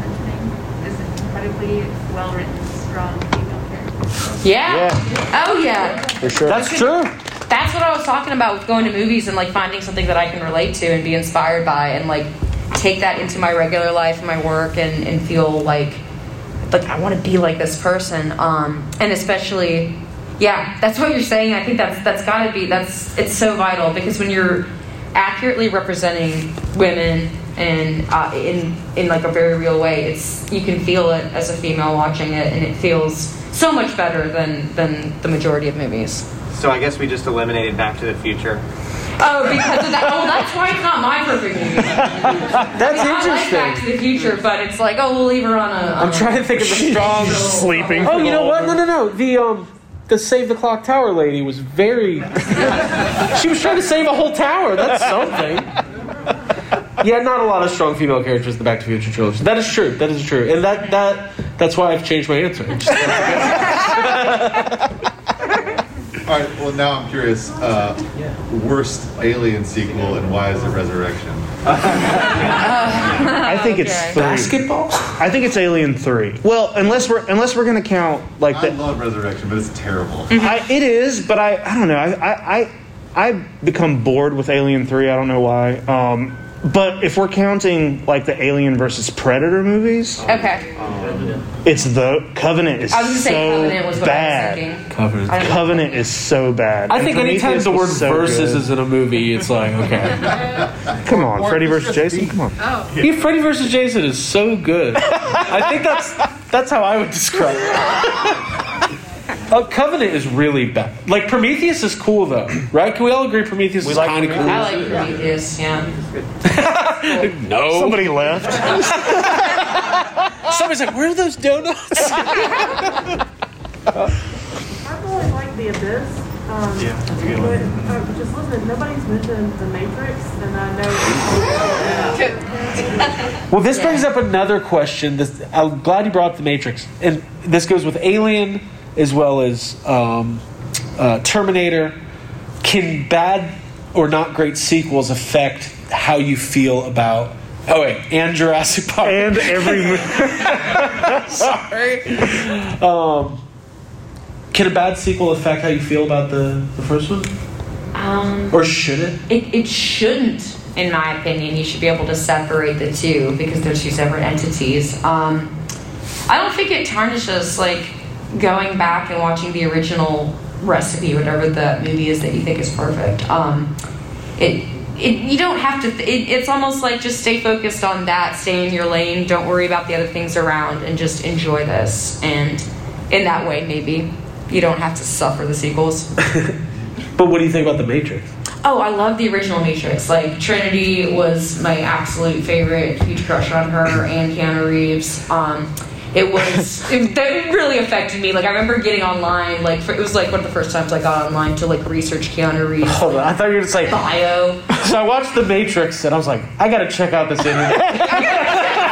Speaker 15: mentioning is an incredibly well-written, strong female character.
Speaker 8: Yeah. Oh yeah.
Speaker 7: For sure.
Speaker 1: That's true.
Speaker 8: That's what I was talking about with going to movies and like finding something that I can relate to and be inspired by and like take that into my regular life and my work and, and feel like like I want to be like this person. Um, and especially, yeah, that's what you're saying. I think that's that's got to be that's it's so vital because when you're accurately representing women and uh, in in like a very real way, it's you can feel it as a female watching it, and it feels so much better than than the majority of movies.
Speaker 9: So I guess we just eliminated Back to the
Speaker 14: [laughs]
Speaker 9: Future.
Speaker 8: Oh, because of that. Oh, that's why it's not my perfect movie.
Speaker 1: [laughs] That's
Speaker 8: I mean, I like Back to the Future, but it's like, oh, we'll leave her on a.
Speaker 1: I'm trying to think
Speaker 7: [laughs]
Speaker 1: of the strong
Speaker 7: sleeping.
Speaker 1: Oh, you know what? No, no, no. The um, the save the clock tower lady was very. she was trying to save a whole tower. That's something. Yeah, not a lot of strong female characters in the Back to the Future trilogy. That is true. That is true, and that that that's why I've changed my answer. [laughs]
Speaker 10: All right. Well, now I'm curious. Uh, worst Alien sequel and why is it Resurrection?
Speaker 7: I think it's three.
Speaker 1: basketball.
Speaker 7: I think it's Alien Three. Well, unless we're unless we're gonna count like
Speaker 10: I
Speaker 7: the
Speaker 10: love Resurrection, but it's terrible.
Speaker 1: Mm-hmm.
Speaker 7: I, it is, but I, I don't know. I, I, I, I become bored with Alien 3. I don't know why. Um, but if we're counting like the Alien versus Predator movies,
Speaker 8: [laughs] Okay.
Speaker 7: it's the Covenant is
Speaker 8: I was gonna
Speaker 7: so
Speaker 8: say Covenant was what I was
Speaker 7: bad.
Speaker 8: thinking.
Speaker 1: Covenant.
Speaker 7: Covenant is so bad.
Speaker 1: I
Speaker 7: And
Speaker 1: think anytime
Speaker 7: Prometheus
Speaker 1: the word
Speaker 7: was so
Speaker 1: versus
Speaker 7: good.
Speaker 1: is in a movie, it's like okay.
Speaker 7: Come on, Freddy versus Jason. Come on.
Speaker 1: Oh. Yeah, Freddy versus Jason is so good. I think that's that's how I would describe it. Uh, Covenant is really bad. Like Prometheus is cool though, right? Can we all agree Prometheus is kind of cool?
Speaker 8: I like Prometheus, yeah.
Speaker 1: no.
Speaker 7: Somebody left.
Speaker 1: [laughs] Somebody's like, where are
Speaker 8: [laughs]
Speaker 1: those donuts?
Speaker 16: I really like The Abyss. Um,
Speaker 1: Yeah,
Speaker 16: but uh, just listen, nobody's mentioned The Matrix, and I
Speaker 1: [laughs]
Speaker 8: [laughs]
Speaker 16: know.
Speaker 1: Well, this brings up another question. This, I'm glad you brought up the Matrix, and this goes with Alien as well as um, uh, Terminator. Can bad or not great sequels affect how you feel about? Oh wait, and Jurassic Park [laughs]
Speaker 7: And every
Speaker 1: Sorry. Um, can a bad sequel affect how you feel about the, the first one,
Speaker 7: Mm-hmm.
Speaker 8: Um,
Speaker 1: or should it?
Speaker 8: it, it shouldn't, in my opinion. You should be able to separate the two because they're two separate entities. Um, I don't think it tarnishes like going back and watching the original recipe, whatever the movie is that you think is perfect. Um, it, it you don't have to. Th- it, it's almost like just stay focused on that, stay in your lane, don't worry about the other things around, and just enjoy this. And in that way, maybe you don't have to suffer the sequels.
Speaker 1: But what do you think about the Matrix?
Speaker 8: Oh, I love the original Matrix. Like Trinity was my absolute favorite. Huge crush on her and Keanu Reeves. Um, it was [laughs] it, that really affected me. Like I remember getting online. Like for, it was like one of the first times I got online to like research Keanu Reeves.
Speaker 1: Hold on, I thought you were just like
Speaker 8: bio.
Speaker 1: [laughs] So I watched The Matrix and I was like, I gotta check out this internet.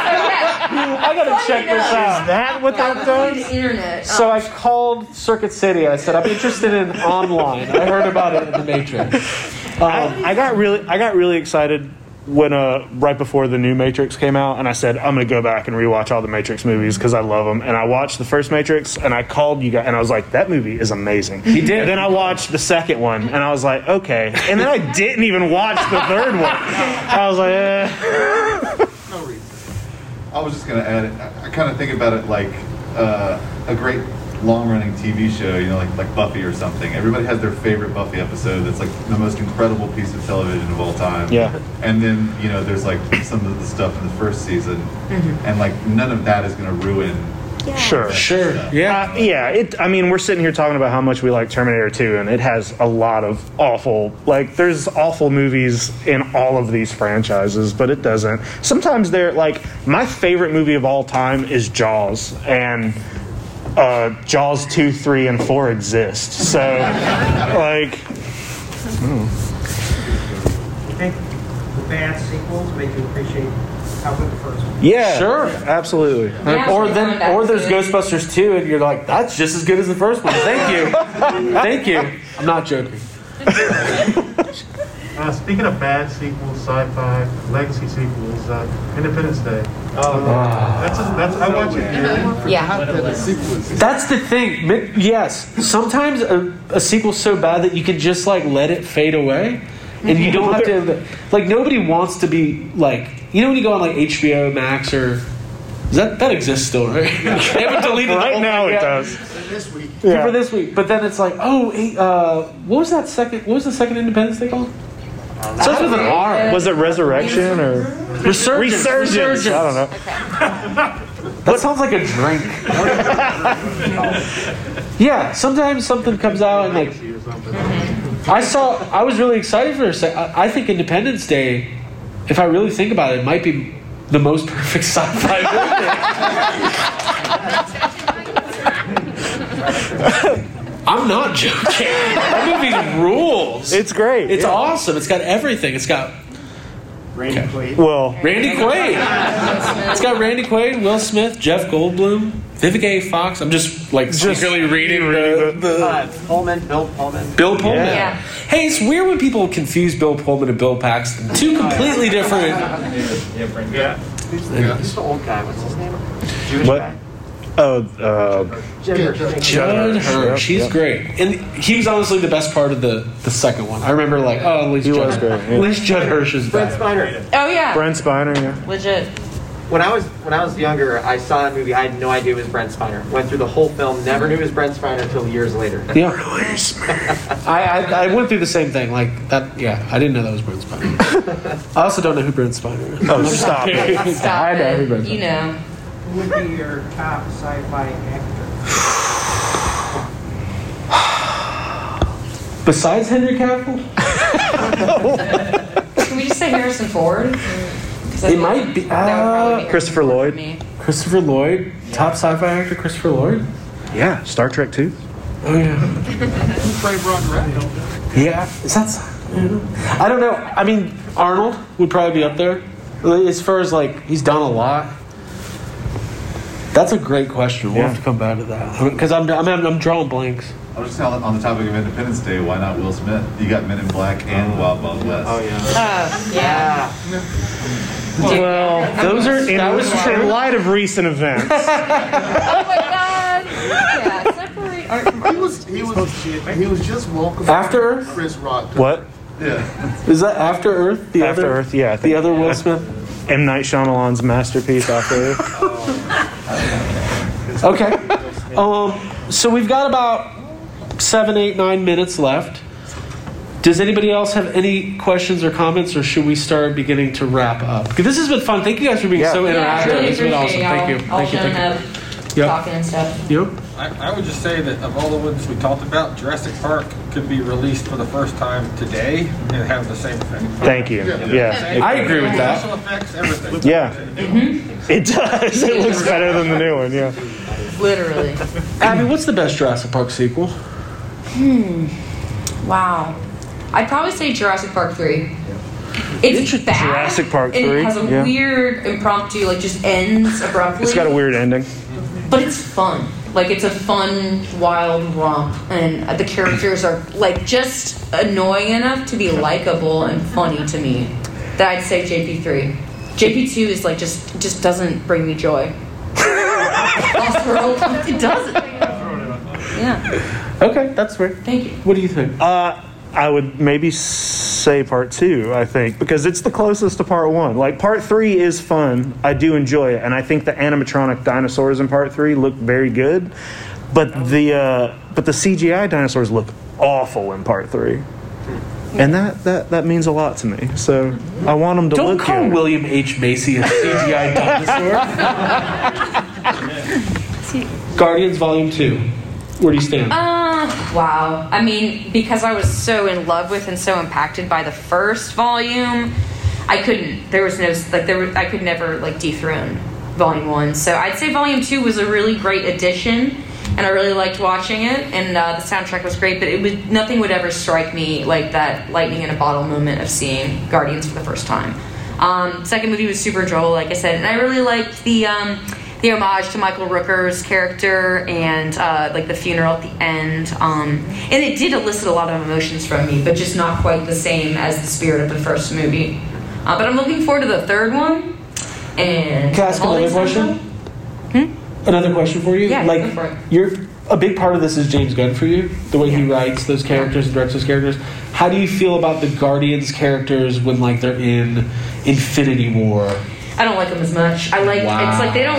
Speaker 1: I gotta check this out. Is that what that does?
Speaker 8: internet.
Speaker 1: So I called Circuit City. I said, I'm interested in online. I heard about it in The Matrix.
Speaker 7: I, I got really, I got really excited when uh, right before the new Matrix came out, and I said I'm gonna go back and rewatch all the Matrix movies because I love them. And I watched the first Matrix, and I called you guys, and I was like, that movie is amazing. He did. And then I watched the second one, and I was like, okay. And then I didn't even watch the third one. I was like, eh. [laughs]
Speaker 10: I was just gonna add. I, I kind of think about it like uh, a great long-running TV show, you know, like like Buffy or something. Everybody has their favorite Buffy episode. That's like the most incredible piece of television of all time.
Speaker 7: Yeah.
Speaker 10: And then you know, there's like some of the stuff in the first season,
Speaker 7: Mhm.
Speaker 10: and like none of that is gonna ruin.
Speaker 7: Sure.
Speaker 1: Sure.
Speaker 7: Yeah. Uh, yeah. It. I mean, we're sitting here talking about how much we like Terminator 2, and it has a lot of awful. Like, there's awful movies in all of these franchises, but it doesn't. Sometimes they're like my favorite movie of all time is Jaws, and uh, Jaws 2, 3, and 4 exist. So, [laughs] like.
Speaker 12: I think the bad sequels make you appreciate how good the first one.
Speaker 7: Yeah. Sure. Absolutely.
Speaker 1: or then, or there's Ghostbusters 2, and you're like, that's just as good as the first one. Thank you. Thank you. I'm not joking.
Speaker 17: Uh, speaking of bad sequels, sci-fi, legacy sequels, uh, Independence Day. Oh, that's a, that's I watch it.
Speaker 8: Yeah.
Speaker 1: That's the thing. Mi- Yes, sometimes a, a sequel's so bad that you can just like let it fade away, and you don't have [laughs] to. Like nobody wants to be like you know when you go on like HBO Max or is that that exists still right? [laughs] they haven't deleted
Speaker 7: Right now it does.
Speaker 1: This
Speaker 8: [laughs]
Speaker 1: week. For this week, but then it's like, oh, hey, uh, what was that second? What was the second Independence Day called? Starts with an R.
Speaker 7: Was it Resurrection or
Speaker 1: Resurgence.
Speaker 7: Resurgence.
Speaker 1: Resurgence.
Speaker 7: I don't know.
Speaker 1: [laughs] That sounds like a drink. yeah, sometimes something comes out and like I saw. I was really excited for a sec. I, I think Independence Day, if I really think about it, might be the most [laughs] perfect sci-fi movie. I'm not joking. That movie rules.
Speaker 7: It's great.
Speaker 1: It's
Speaker 7: yeah.
Speaker 1: awesome. It's got everything. It's got
Speaker 12: Randy Quaid.
Speaker 7: Well,
Speaker 1: Randy Quaid. It's got Randy Quaid, Will Smith, Jeff Goldblum, Vivica A. Fox. I'm just like secretly reading the, the-
Speaker 9: Uh, Pullman, Bill Pullman.
Speaker 1: Bill Pullman.
Speaker 9: Yeah. Yeah.
Speaker 1: Hey, it's weird when people confuse Bill Pullman and Bill Paxton. Two completely different.
Speaker 9: Yeah. Who's the, who's the old guy? What's his name? Jewish
Speaker 7: What?
Speaker 9: guy.
Speaker 7: Oh, uh,
Speaker 9: Jed Hirsch.
Speaker 1: Judd Hirsch. She's
Speaker 7: Yep.
Speaker 1: great, and he was honestly the best part of the the second one. I remember like, oh, at least Judd,
Speaker 7: was great, yeah.
Speaker 1: At least Judd Hirsch is
Speaker 9: Brent
Speaker 1: back.
Speaker 9: Spiner.
Speaker 8: Oh yeah.
Speaker 7: Brent Spiner. Yeah.
Speaker 8: Legit.
Speaker 9: When I was when I was younger, I saw that movie. I had no idea it was Brent Spiner. Went through the whole film, never knew it was Brent Spiner until years later.
Speaker 1: Yeah.
Speaker 7: [laughs]
Speaker 1: I, I I went through the same thing. Like that. Yeah, I didn't know that was Brent Spiner. I also don't know who Brent Spiner is.
Speaker 7: Oh, stop
Speaker 8: [laughs]
Speaker 7: it.
Speaker 8: Stop
Speaker 1: I know who Brent
Speaker 8: it.
Speaker 1: Spiner
Speaker 8: You know.
Speaker 12: Who would be your top sci-fi actor?
Speaker 1: Besides Henry Cavill,
Speaker 8: [laughs] Can we just say Harrison Ford? 'Cause I
Speaker 1: it
Speaker 8: think
Speaker 1: might be
Speaker 8: that would
Speaker 1: uh,
Speaker 8: probably be
Speaker 7: Christopher Lloyd.
Speaker 8: me.
Speaker 1: Christopher Lloyd, top sci-fi actor Christopher Lloyd.
Speaker 7: Yeah, Star Trek 2.
Speaker 1: Oh yeah,
Speaker 13: Brave Rock Rat.
Speaker 1: yeah. Is that? sci- I don't know. I mean, Arnold would probably be up there as far as like he's done a lot. That's a great question. We'll have to come back to that because I'm, I'm I'm drawing blanks.
Speaker 10: I was just telling on the topic of Independence Day. Why not Will Smith? You got Men in Black and Wild Wild West. Oh yeah.
Speaker 8: Uh, yeah.
Speaker 7: Well,
Speaker 1: those are-
Speaker 7: in,
Speaker 1: that was true.
Speaker 7: in light of recent events.
Speaker 8: Oh my god. Yeah. Separate art from
Speaker 13: He was he was he was just walking
Speaker 1: After Earth?
Speaker 13: Chris Rock.
Speaker 7: What?
Speaker 13: Yeah.
Speaker 1: Is that After Earth? The
Speaker 7: After
Speaker 1: other,
Speaker 7: Earth, yeah. I think.
Speaker 1: The other Will Smith.
Speaker 7: M. Night Shyamalan's masterpiece, After Earth.
Speaker 1: Okay. Um, so we've got about seven, eight, nine minutes left. Does anybody else have any questions or comments, or should we start beginning to wrap up? 'Cause This has been fun. Thank you guys for being so interactive.
Speaker 8: Yeah, I really
Speaker 1: it's been
Speaker 8: appreciate
Speaker 1: awesome.
Speaker 8: y'all
Speaker 1: Thank you.
Speaker 8: All
Speaker 1: Thank you.
Speaker 8: showing
Speaker 1: Thank
Speaker 8: up,
Speaker 1: Yep.
Speaker 8: talking and stuff.
Speaker 1: you. Yep.
Speaker 2: I, I would just say that of all the ones we talked about, Jurassic Park could be released for the first time today and have the same effect.
Speaker 7: Thank you. Yeah.
Speaker 1: I agree with
Speaker 2: It
Speaker 1: that.
Speaker 2: also affects everything.
Speaker 7: Yeah.
Speaker 8: Mm-hmm.
Speaker 7: It does. It looks better than the new one, yeah.
Speaker 8: Literally.
Speaker 1: Abby, what's the best Jurassic Park sequel?
Speaker 8: Hmm. Wow. I'd probably say Jurassic Park 3. It's bad.
Speaker 7: Jurassic Park
Speaker 8: and
Speaker 7: three,
Speaker 8: It has a
Speaker 7: yeah.
Speaker 8: weird impromptu, like just ends abruptly.
Speaker 7: It's got a weird ending.
Speaker 8: but it's fun. Like it's a fun, wild romp, and the characters are like just annoying enough to be likable and funny to me. That I'd say JP three. JP two is like just just doesn't bring me joy. Lost World, it doesn't. Yeah.
Speaker 7: Okay, that's weird.
Speaker 8: Thank you.
Speaker 7: What do you think? Uh, I would maybe say part two, I think, because it's the closest to part one. Like, part three is fun. I do enjoy it. And I think the animatronic dinosaurs in part three look very good. But the, uh, but the CGI dinosaurs look awful in part three.
Speaker 8: Hmm.
Speaker 7: And that, uh, that, that means a lot to me. So I want them to
Speaker 1: Don't
Speaker 7: look
Speaker 1: call
Speaker 7: good.
Speaker 1: William H. Macy a CGI
Speaker 7: [laughs]
Speaker 1: dinosaur. Guardians Volume 2. Where do you stand?
Speaker 8: Uh, wow. I mean, because I was so in love with and so impacted by the first volume, I couldn't. There was no like there. Was, I could never like dethrone volume one. So I'd say volume two was a really great addition, and I really liked watching it. And uh, the soundtrack was great, but it was nothing would ever strike me like that lightning in a bottle moment of seeing Guardians for the first time. Um, second movie was super droll, like I said, and I really liked the um, the homage to Michael Rooker's character and uh, like the funeral at the end. Um, and it did elicit a lot of emotions from me, but just not quite the same as the spirit of the first movie. Uh, but I'm looking forward to the third one. And
Speaker 1: Can I ask another question? Another question for you?
Speaker 8: Yeah,
Speaker 1: like,
Speaker 8: go for it.
Speaker 1: you're a big part of this is James Gunn for you, the way he writes those characters and directs those characters. How do you feel about the Guardians characters when like they're in Infinity War?
Speaker 8: I don't like them as much. I like
Speaker 1: Wow.
Speaker 8: it's like they don't. [laughs]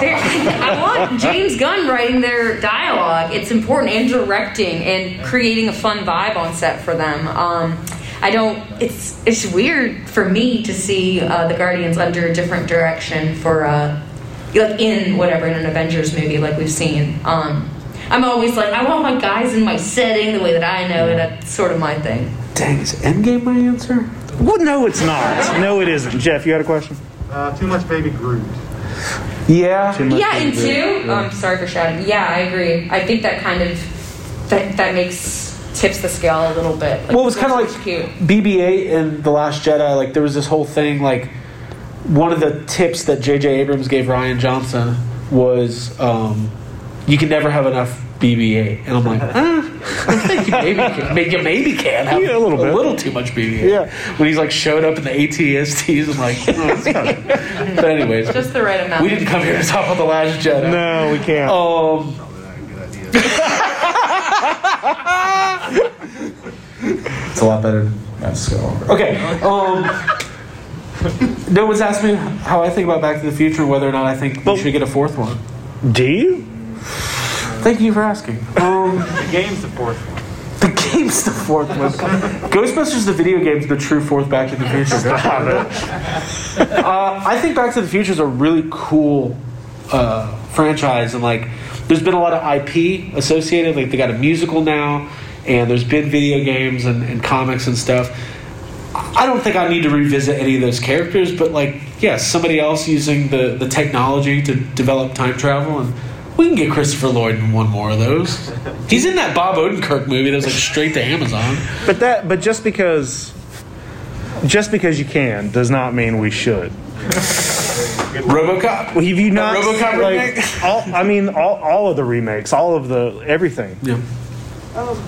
Speaker 8: They're, I want James Gunn writing their dialogue. It's important and directing and creating a fun vibe on set for them. Um, I don't. It's it's weird for me to see uh, the Guardians under a different direction for uh, like in whatever in an Avengers movie like we've seen. Um, [laughs] I'm always like I want my guys in my setting the way that I know it. That's sort of my thing.
Speaker 7: Dang, is Endgame my answer? Well, no, it's not. No, it isn't. Jeff, you had a question?
Speaker 17: Uh, too much baby Groot.
Speaker 7: Yeah.
Speaker 8: yeah, and two. Um, sorry for shouting. Yeah, I agree. I think that kind of that that makes tips the scale a little bit.
Speaker 1: Well, it was kinda
Speaker 8: that's cute.
Speaker 1: BB-8 and The Last Jedi, like there was this whole thing, like one of the tips that J.J. Abrams gave Ryan Johnson was, um, you can never have enough BB-8, and I'm like, ah, I think you maybe can, maybe, you maybe can have a little too much BB-8. Yeah. When he's like showed up in the ATSTs, I'm like, oh, it's kinda- but anyways,
Speaker 8: Just the right amount.
Speaker 1: we didn't come
Speaker 8: [laughs]
Speaker 1: here to talk about The Last Jedi.
Speaker 7: No, we can't.
Speaker 1: Um,
Speaker 3: It's a lot better than Matt Skywalker.
Speaker 1: Okay. Um, [laughs] no one's asked me how I think about Back to the Future, whether or not I think we should get a fourth one.
Speaker 7: Do you?
Speaker 1: Thank you for asking.
Speaker 18: [laughs]
Speaker 1: Um,
Speaker 18: The game's the fourth one.
Speaker 1: the game's the fourth one. Ghostbusters, the video game's the true fourth Back to the Future.
Speaker 7: Stop
Speaker 1: Uh, I think Back to the Future is a really cool uh, franchise, and like, there's been a lot of IP associated. Like, they got a musical now, and there's been video games and, and comics and stuff. I don't think I need to revisit any of those characters, but like, yeah, somebody else using the, the technology to develop time travel, and we can get Christopher Lloyd in one more of those. He's in that Bob Odenkirk movie that was like straight to Amazon.
Speaker 7: But that, but just because, just because you can, does not mean we should.
Speaker 1: RoboCop.
Speaker 7: Well, have you not
Speaker 1: RoboCop
Speaker 7: like, all, I mean, all, all of the remakes, all of the everything.
Speaker 1: Yeah.
Speaker 19: Um,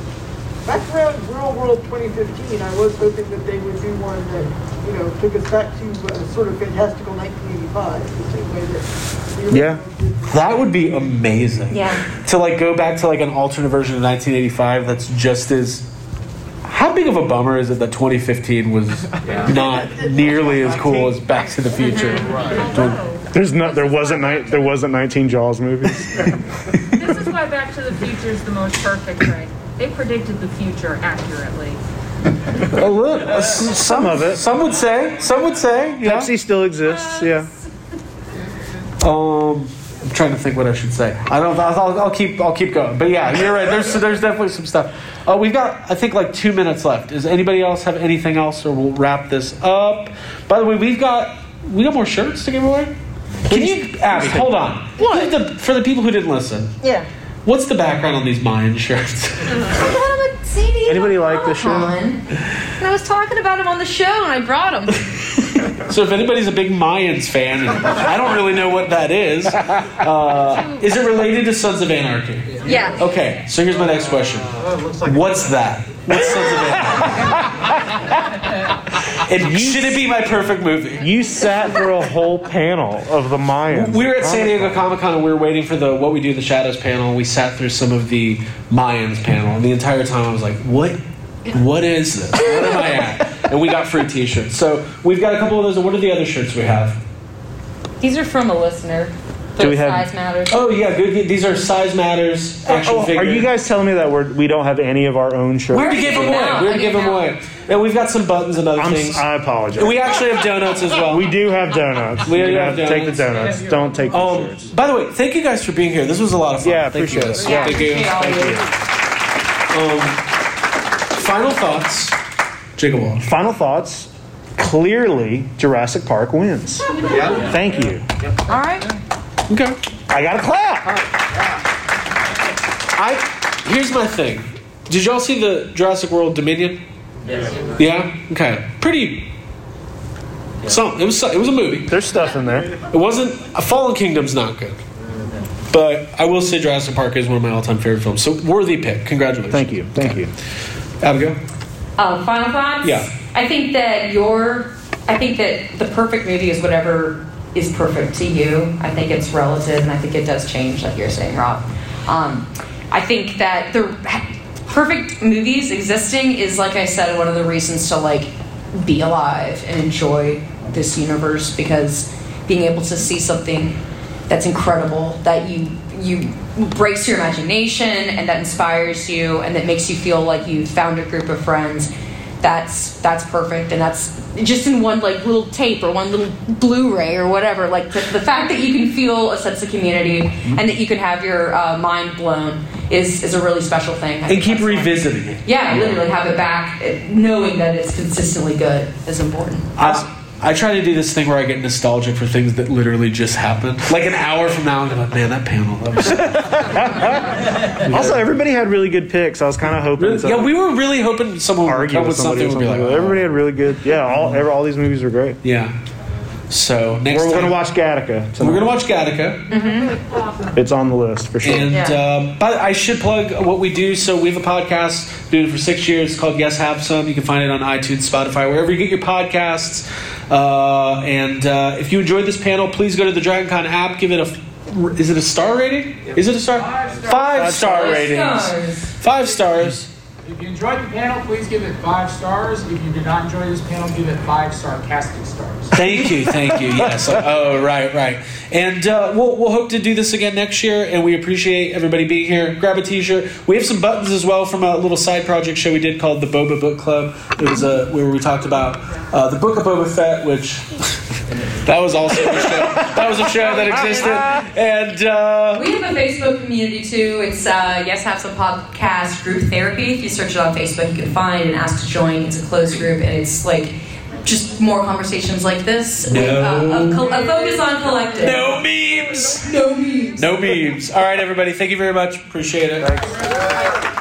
Speaker 19: back around Real World 2015, I was hoping that they would do one that, you know, took us back to uh, sort of fantastical 1985, the same way that the
Speaker 1: Yeah. That would be amazing.
Speaker 19: Yeah.
Speaker 1: To like go back to like an alternate version of 1985 that's just as how big of a bummer is it that 2015 was not nearly as cool as Back to the Future?
Speaker 7: There's not, there wasn't, ni- there wasn't 19 Jaws movies.
Speaker 5: This is why Back to the Future is the most perfect, right? They predicted the future accurately.
Speaker 1: oh look, uh, s- some of it. Some would say. Some would say. Yeah.
Speaker 7: Pepsi still exists. Yeah.
Speaker 1: Um, I'm trying to think what I should say. I don't. I'll, I'll- I'll keep. I'll keep going. But yeah, you're right. There's there's definitely some stuff. Uh, we've got I think like two minutes left. Does anybody else have anything else, or we'll wrap this up? By the way, we've got we got more shirts to give away. Can you, Abby? Hold on. What? For the, for the people who didn't listen,
Speaker 19: Yeah.
Speaker 1: [laughs] what's the background on these Mayan shirts?
Speaker 19: Helmets.
Speaker 8: Sadie,
Speaker 1: Anybody like this show?
Speaker 8: And I was talking about him on the show, and I brought him.
Speaker 1: So if anybody's a big Mayans fan, I don't really know what that is. Uh, is it related to Sons of Anarchy?
Speaker 8: Yeah.
Speaker 1: Okay, so here's my next question.
Speaker 18: Oh,
Speaker 1: What's that? What's Sons of Anarchy? It, should it be my perfect movie?
Speaker 7: You sat through a whole panel of the Mayans.
Speaker 1: We were at San Diego Comic Con and we were waiting for the What We Do in the Shadows panel. We sat through some of the Mayans panel, and the entire time I was like, "What? What is this? What am I at?" And we got free T-shirts. So we've got a couple of those. And what are the other shirts we have?
Speaker 8: [laughs] These are from a listener.
Speaker 7: Do we have-
Speaker 8: size matters?
Speaker 1: Oh yeah, good. good. These are size matters action
Speaker 7: Oh,
Speaker 1: figures.
Speaker 7: are you guys telling me that we're, we don't have any of our own shirts?
Speaker 1: We're to give them away. We're to give them away. And we've got some buttons and other
Speaker 7: I'm s-
Speaker 1: things.
Speaker 7: I apologize.
Speaker 1: We actually have donuts as well.
Speaker 7: We do have donuts.
Speaker 1: We
Speaker 7: You
Speaker 1: do
Speaker 7: know,
Speaker 1: have Um,
Speaker 7: Take the donuts. Don't take the shirts.
Speaker 1: By the way, thank you guys for being here. This was a lot of fun.
Speaker 7: Yeah,
Speaker 1: thank you guys.
Speaker 7: appreciate it. Yeah,
Speaker 1: Thank you.
Speaker 7: appreciate all
Speaker 1: Thank you.
Speaker 7: of
Speaker 1: Um, final thoughts. Jacob Wall.
Speaker 7: Final thoughts. Clearly, Jurassic Park wins.
Speaker 9: Yeah.
Speaker 7: Thank you.
Speaker 8: All right.
Speaker 1: Okay.
Speaker 7: I got a clap.
Speaker 1: I here's my thing. Did y'all see the Jurassic World Dominion?
Speaker 9: Yes.
Speaker 1: Yeah. Okay. Pretty. Some. It was. It was a movie.
Speaker 7: There's stuff in there.
Speaker 1: It wasn't. A Fallen Kingdom's not good. But I will say Jurassic Park is one of my all-time favorite films. So worthy pick. Congratulations. Thank
Speaker 7: you. Thank you.
Speaker 1: Abigail.
Speaker 8: Uh, final thoughts?
Speaker 1: Yeah.
Speaker 8: I think that your, I think that the perfect movie is whatever is perfect to you. I think it's relative, and I think it does change, like you're saying, Rob. Um, I think that the perfect movies existing is, like I said, one of the reasons to like be alive and enjoy this universe because being able to see something that's incredible that you you breaks your imagination and that inspires you and that makes you feel like you found a group of friends that's that's perfect and that's just in one like little tape or one little blu-ray or whatever like the, the fact that you can feel a sense of community and that you can have your uh, mind blown is is a really special thing I
Speaker 1: And
Speaker 8: think
Speaker 1: keep
Speaker 8: that's-
Speaker 1: revisiting it.
Speaker 8: yeah literally have it back eh, knowing that it's consistently good is important
Speaker 1: I, I try to do this thing where I get nostalgic for things that literally just happened. Like an hour from now, I'm gonna be like, man, that panel. That was
Speaker 7: Also, everybody had really [laughs] good picks. I was kind of hoping. to
Speaker 1: yeah, we were really hoping someone would
Speaker 7: argue
Speaker 1: come
Speaker 7: with
Speaker 1: with
Speaker 7: somebody
Speaker 1: something.
Speaker 7: or
Speaker 1: would be
Speaker 7: something.
Speaker 1: like,
Speaker 7: "Oh, everybody had really good. Yeah, all every, all these movies were great.
Speaker 1: Yeah. So "Oh, next
Speaker 7: we're
Speaker 1: time-
Speaker 7: gonna watch Gattaca.
Speaker 1: We're gonna watch Gattaca.
Speaker 7: It's on the list for sure.
Speaker 1: And um, but I should plug what we do. So we have a podcast, doing it for six years. It's called Yes Have Some. You can find it on iTunes, Spotify, wherever you get your podcasts. Uh, and uh, if you enjoyed this panel, please go to the DragonCon app. Give it a. Is it a star rating? Is it a star? Five star,
Speaker 18: Five stars.
Speaker 1: ratings.
Speaker 18: Stars.
Speaker 1: Five stars.
Speaker 18: If you enjoyed the panel, please give it five stars. If you did not enjoy this panel, give it five sarcastic stars.
Speaker 1: Thank you, thank you. Yes. Oh, right, right. And uh, we'll, we'll hope to do this again next year, and we appreciate everybody being here. Grab a t shirt. We have some buttons as well from a little side project show we did called the Boba Book Club. It was uh, where we talked about uh, the Book of Boba Fett, which [laughs] that was also a show. That was a show that existed. And uh,
Speaker 8: We have a Facebook community too. It's uh, Yes Have Some Podcast Group Therapy. If you search it on Facebook, you can find and ask to join. It's a closed group, and it's like just more conversations like this.
Speaker 1: No.
Speaker 8: Uh, a, col- a focus on collective.
Speaker 1: No memes.
Speaker 8: No memes.
Speaker 1: no memes. All right, everybody. Thank you very much. Appreciate it.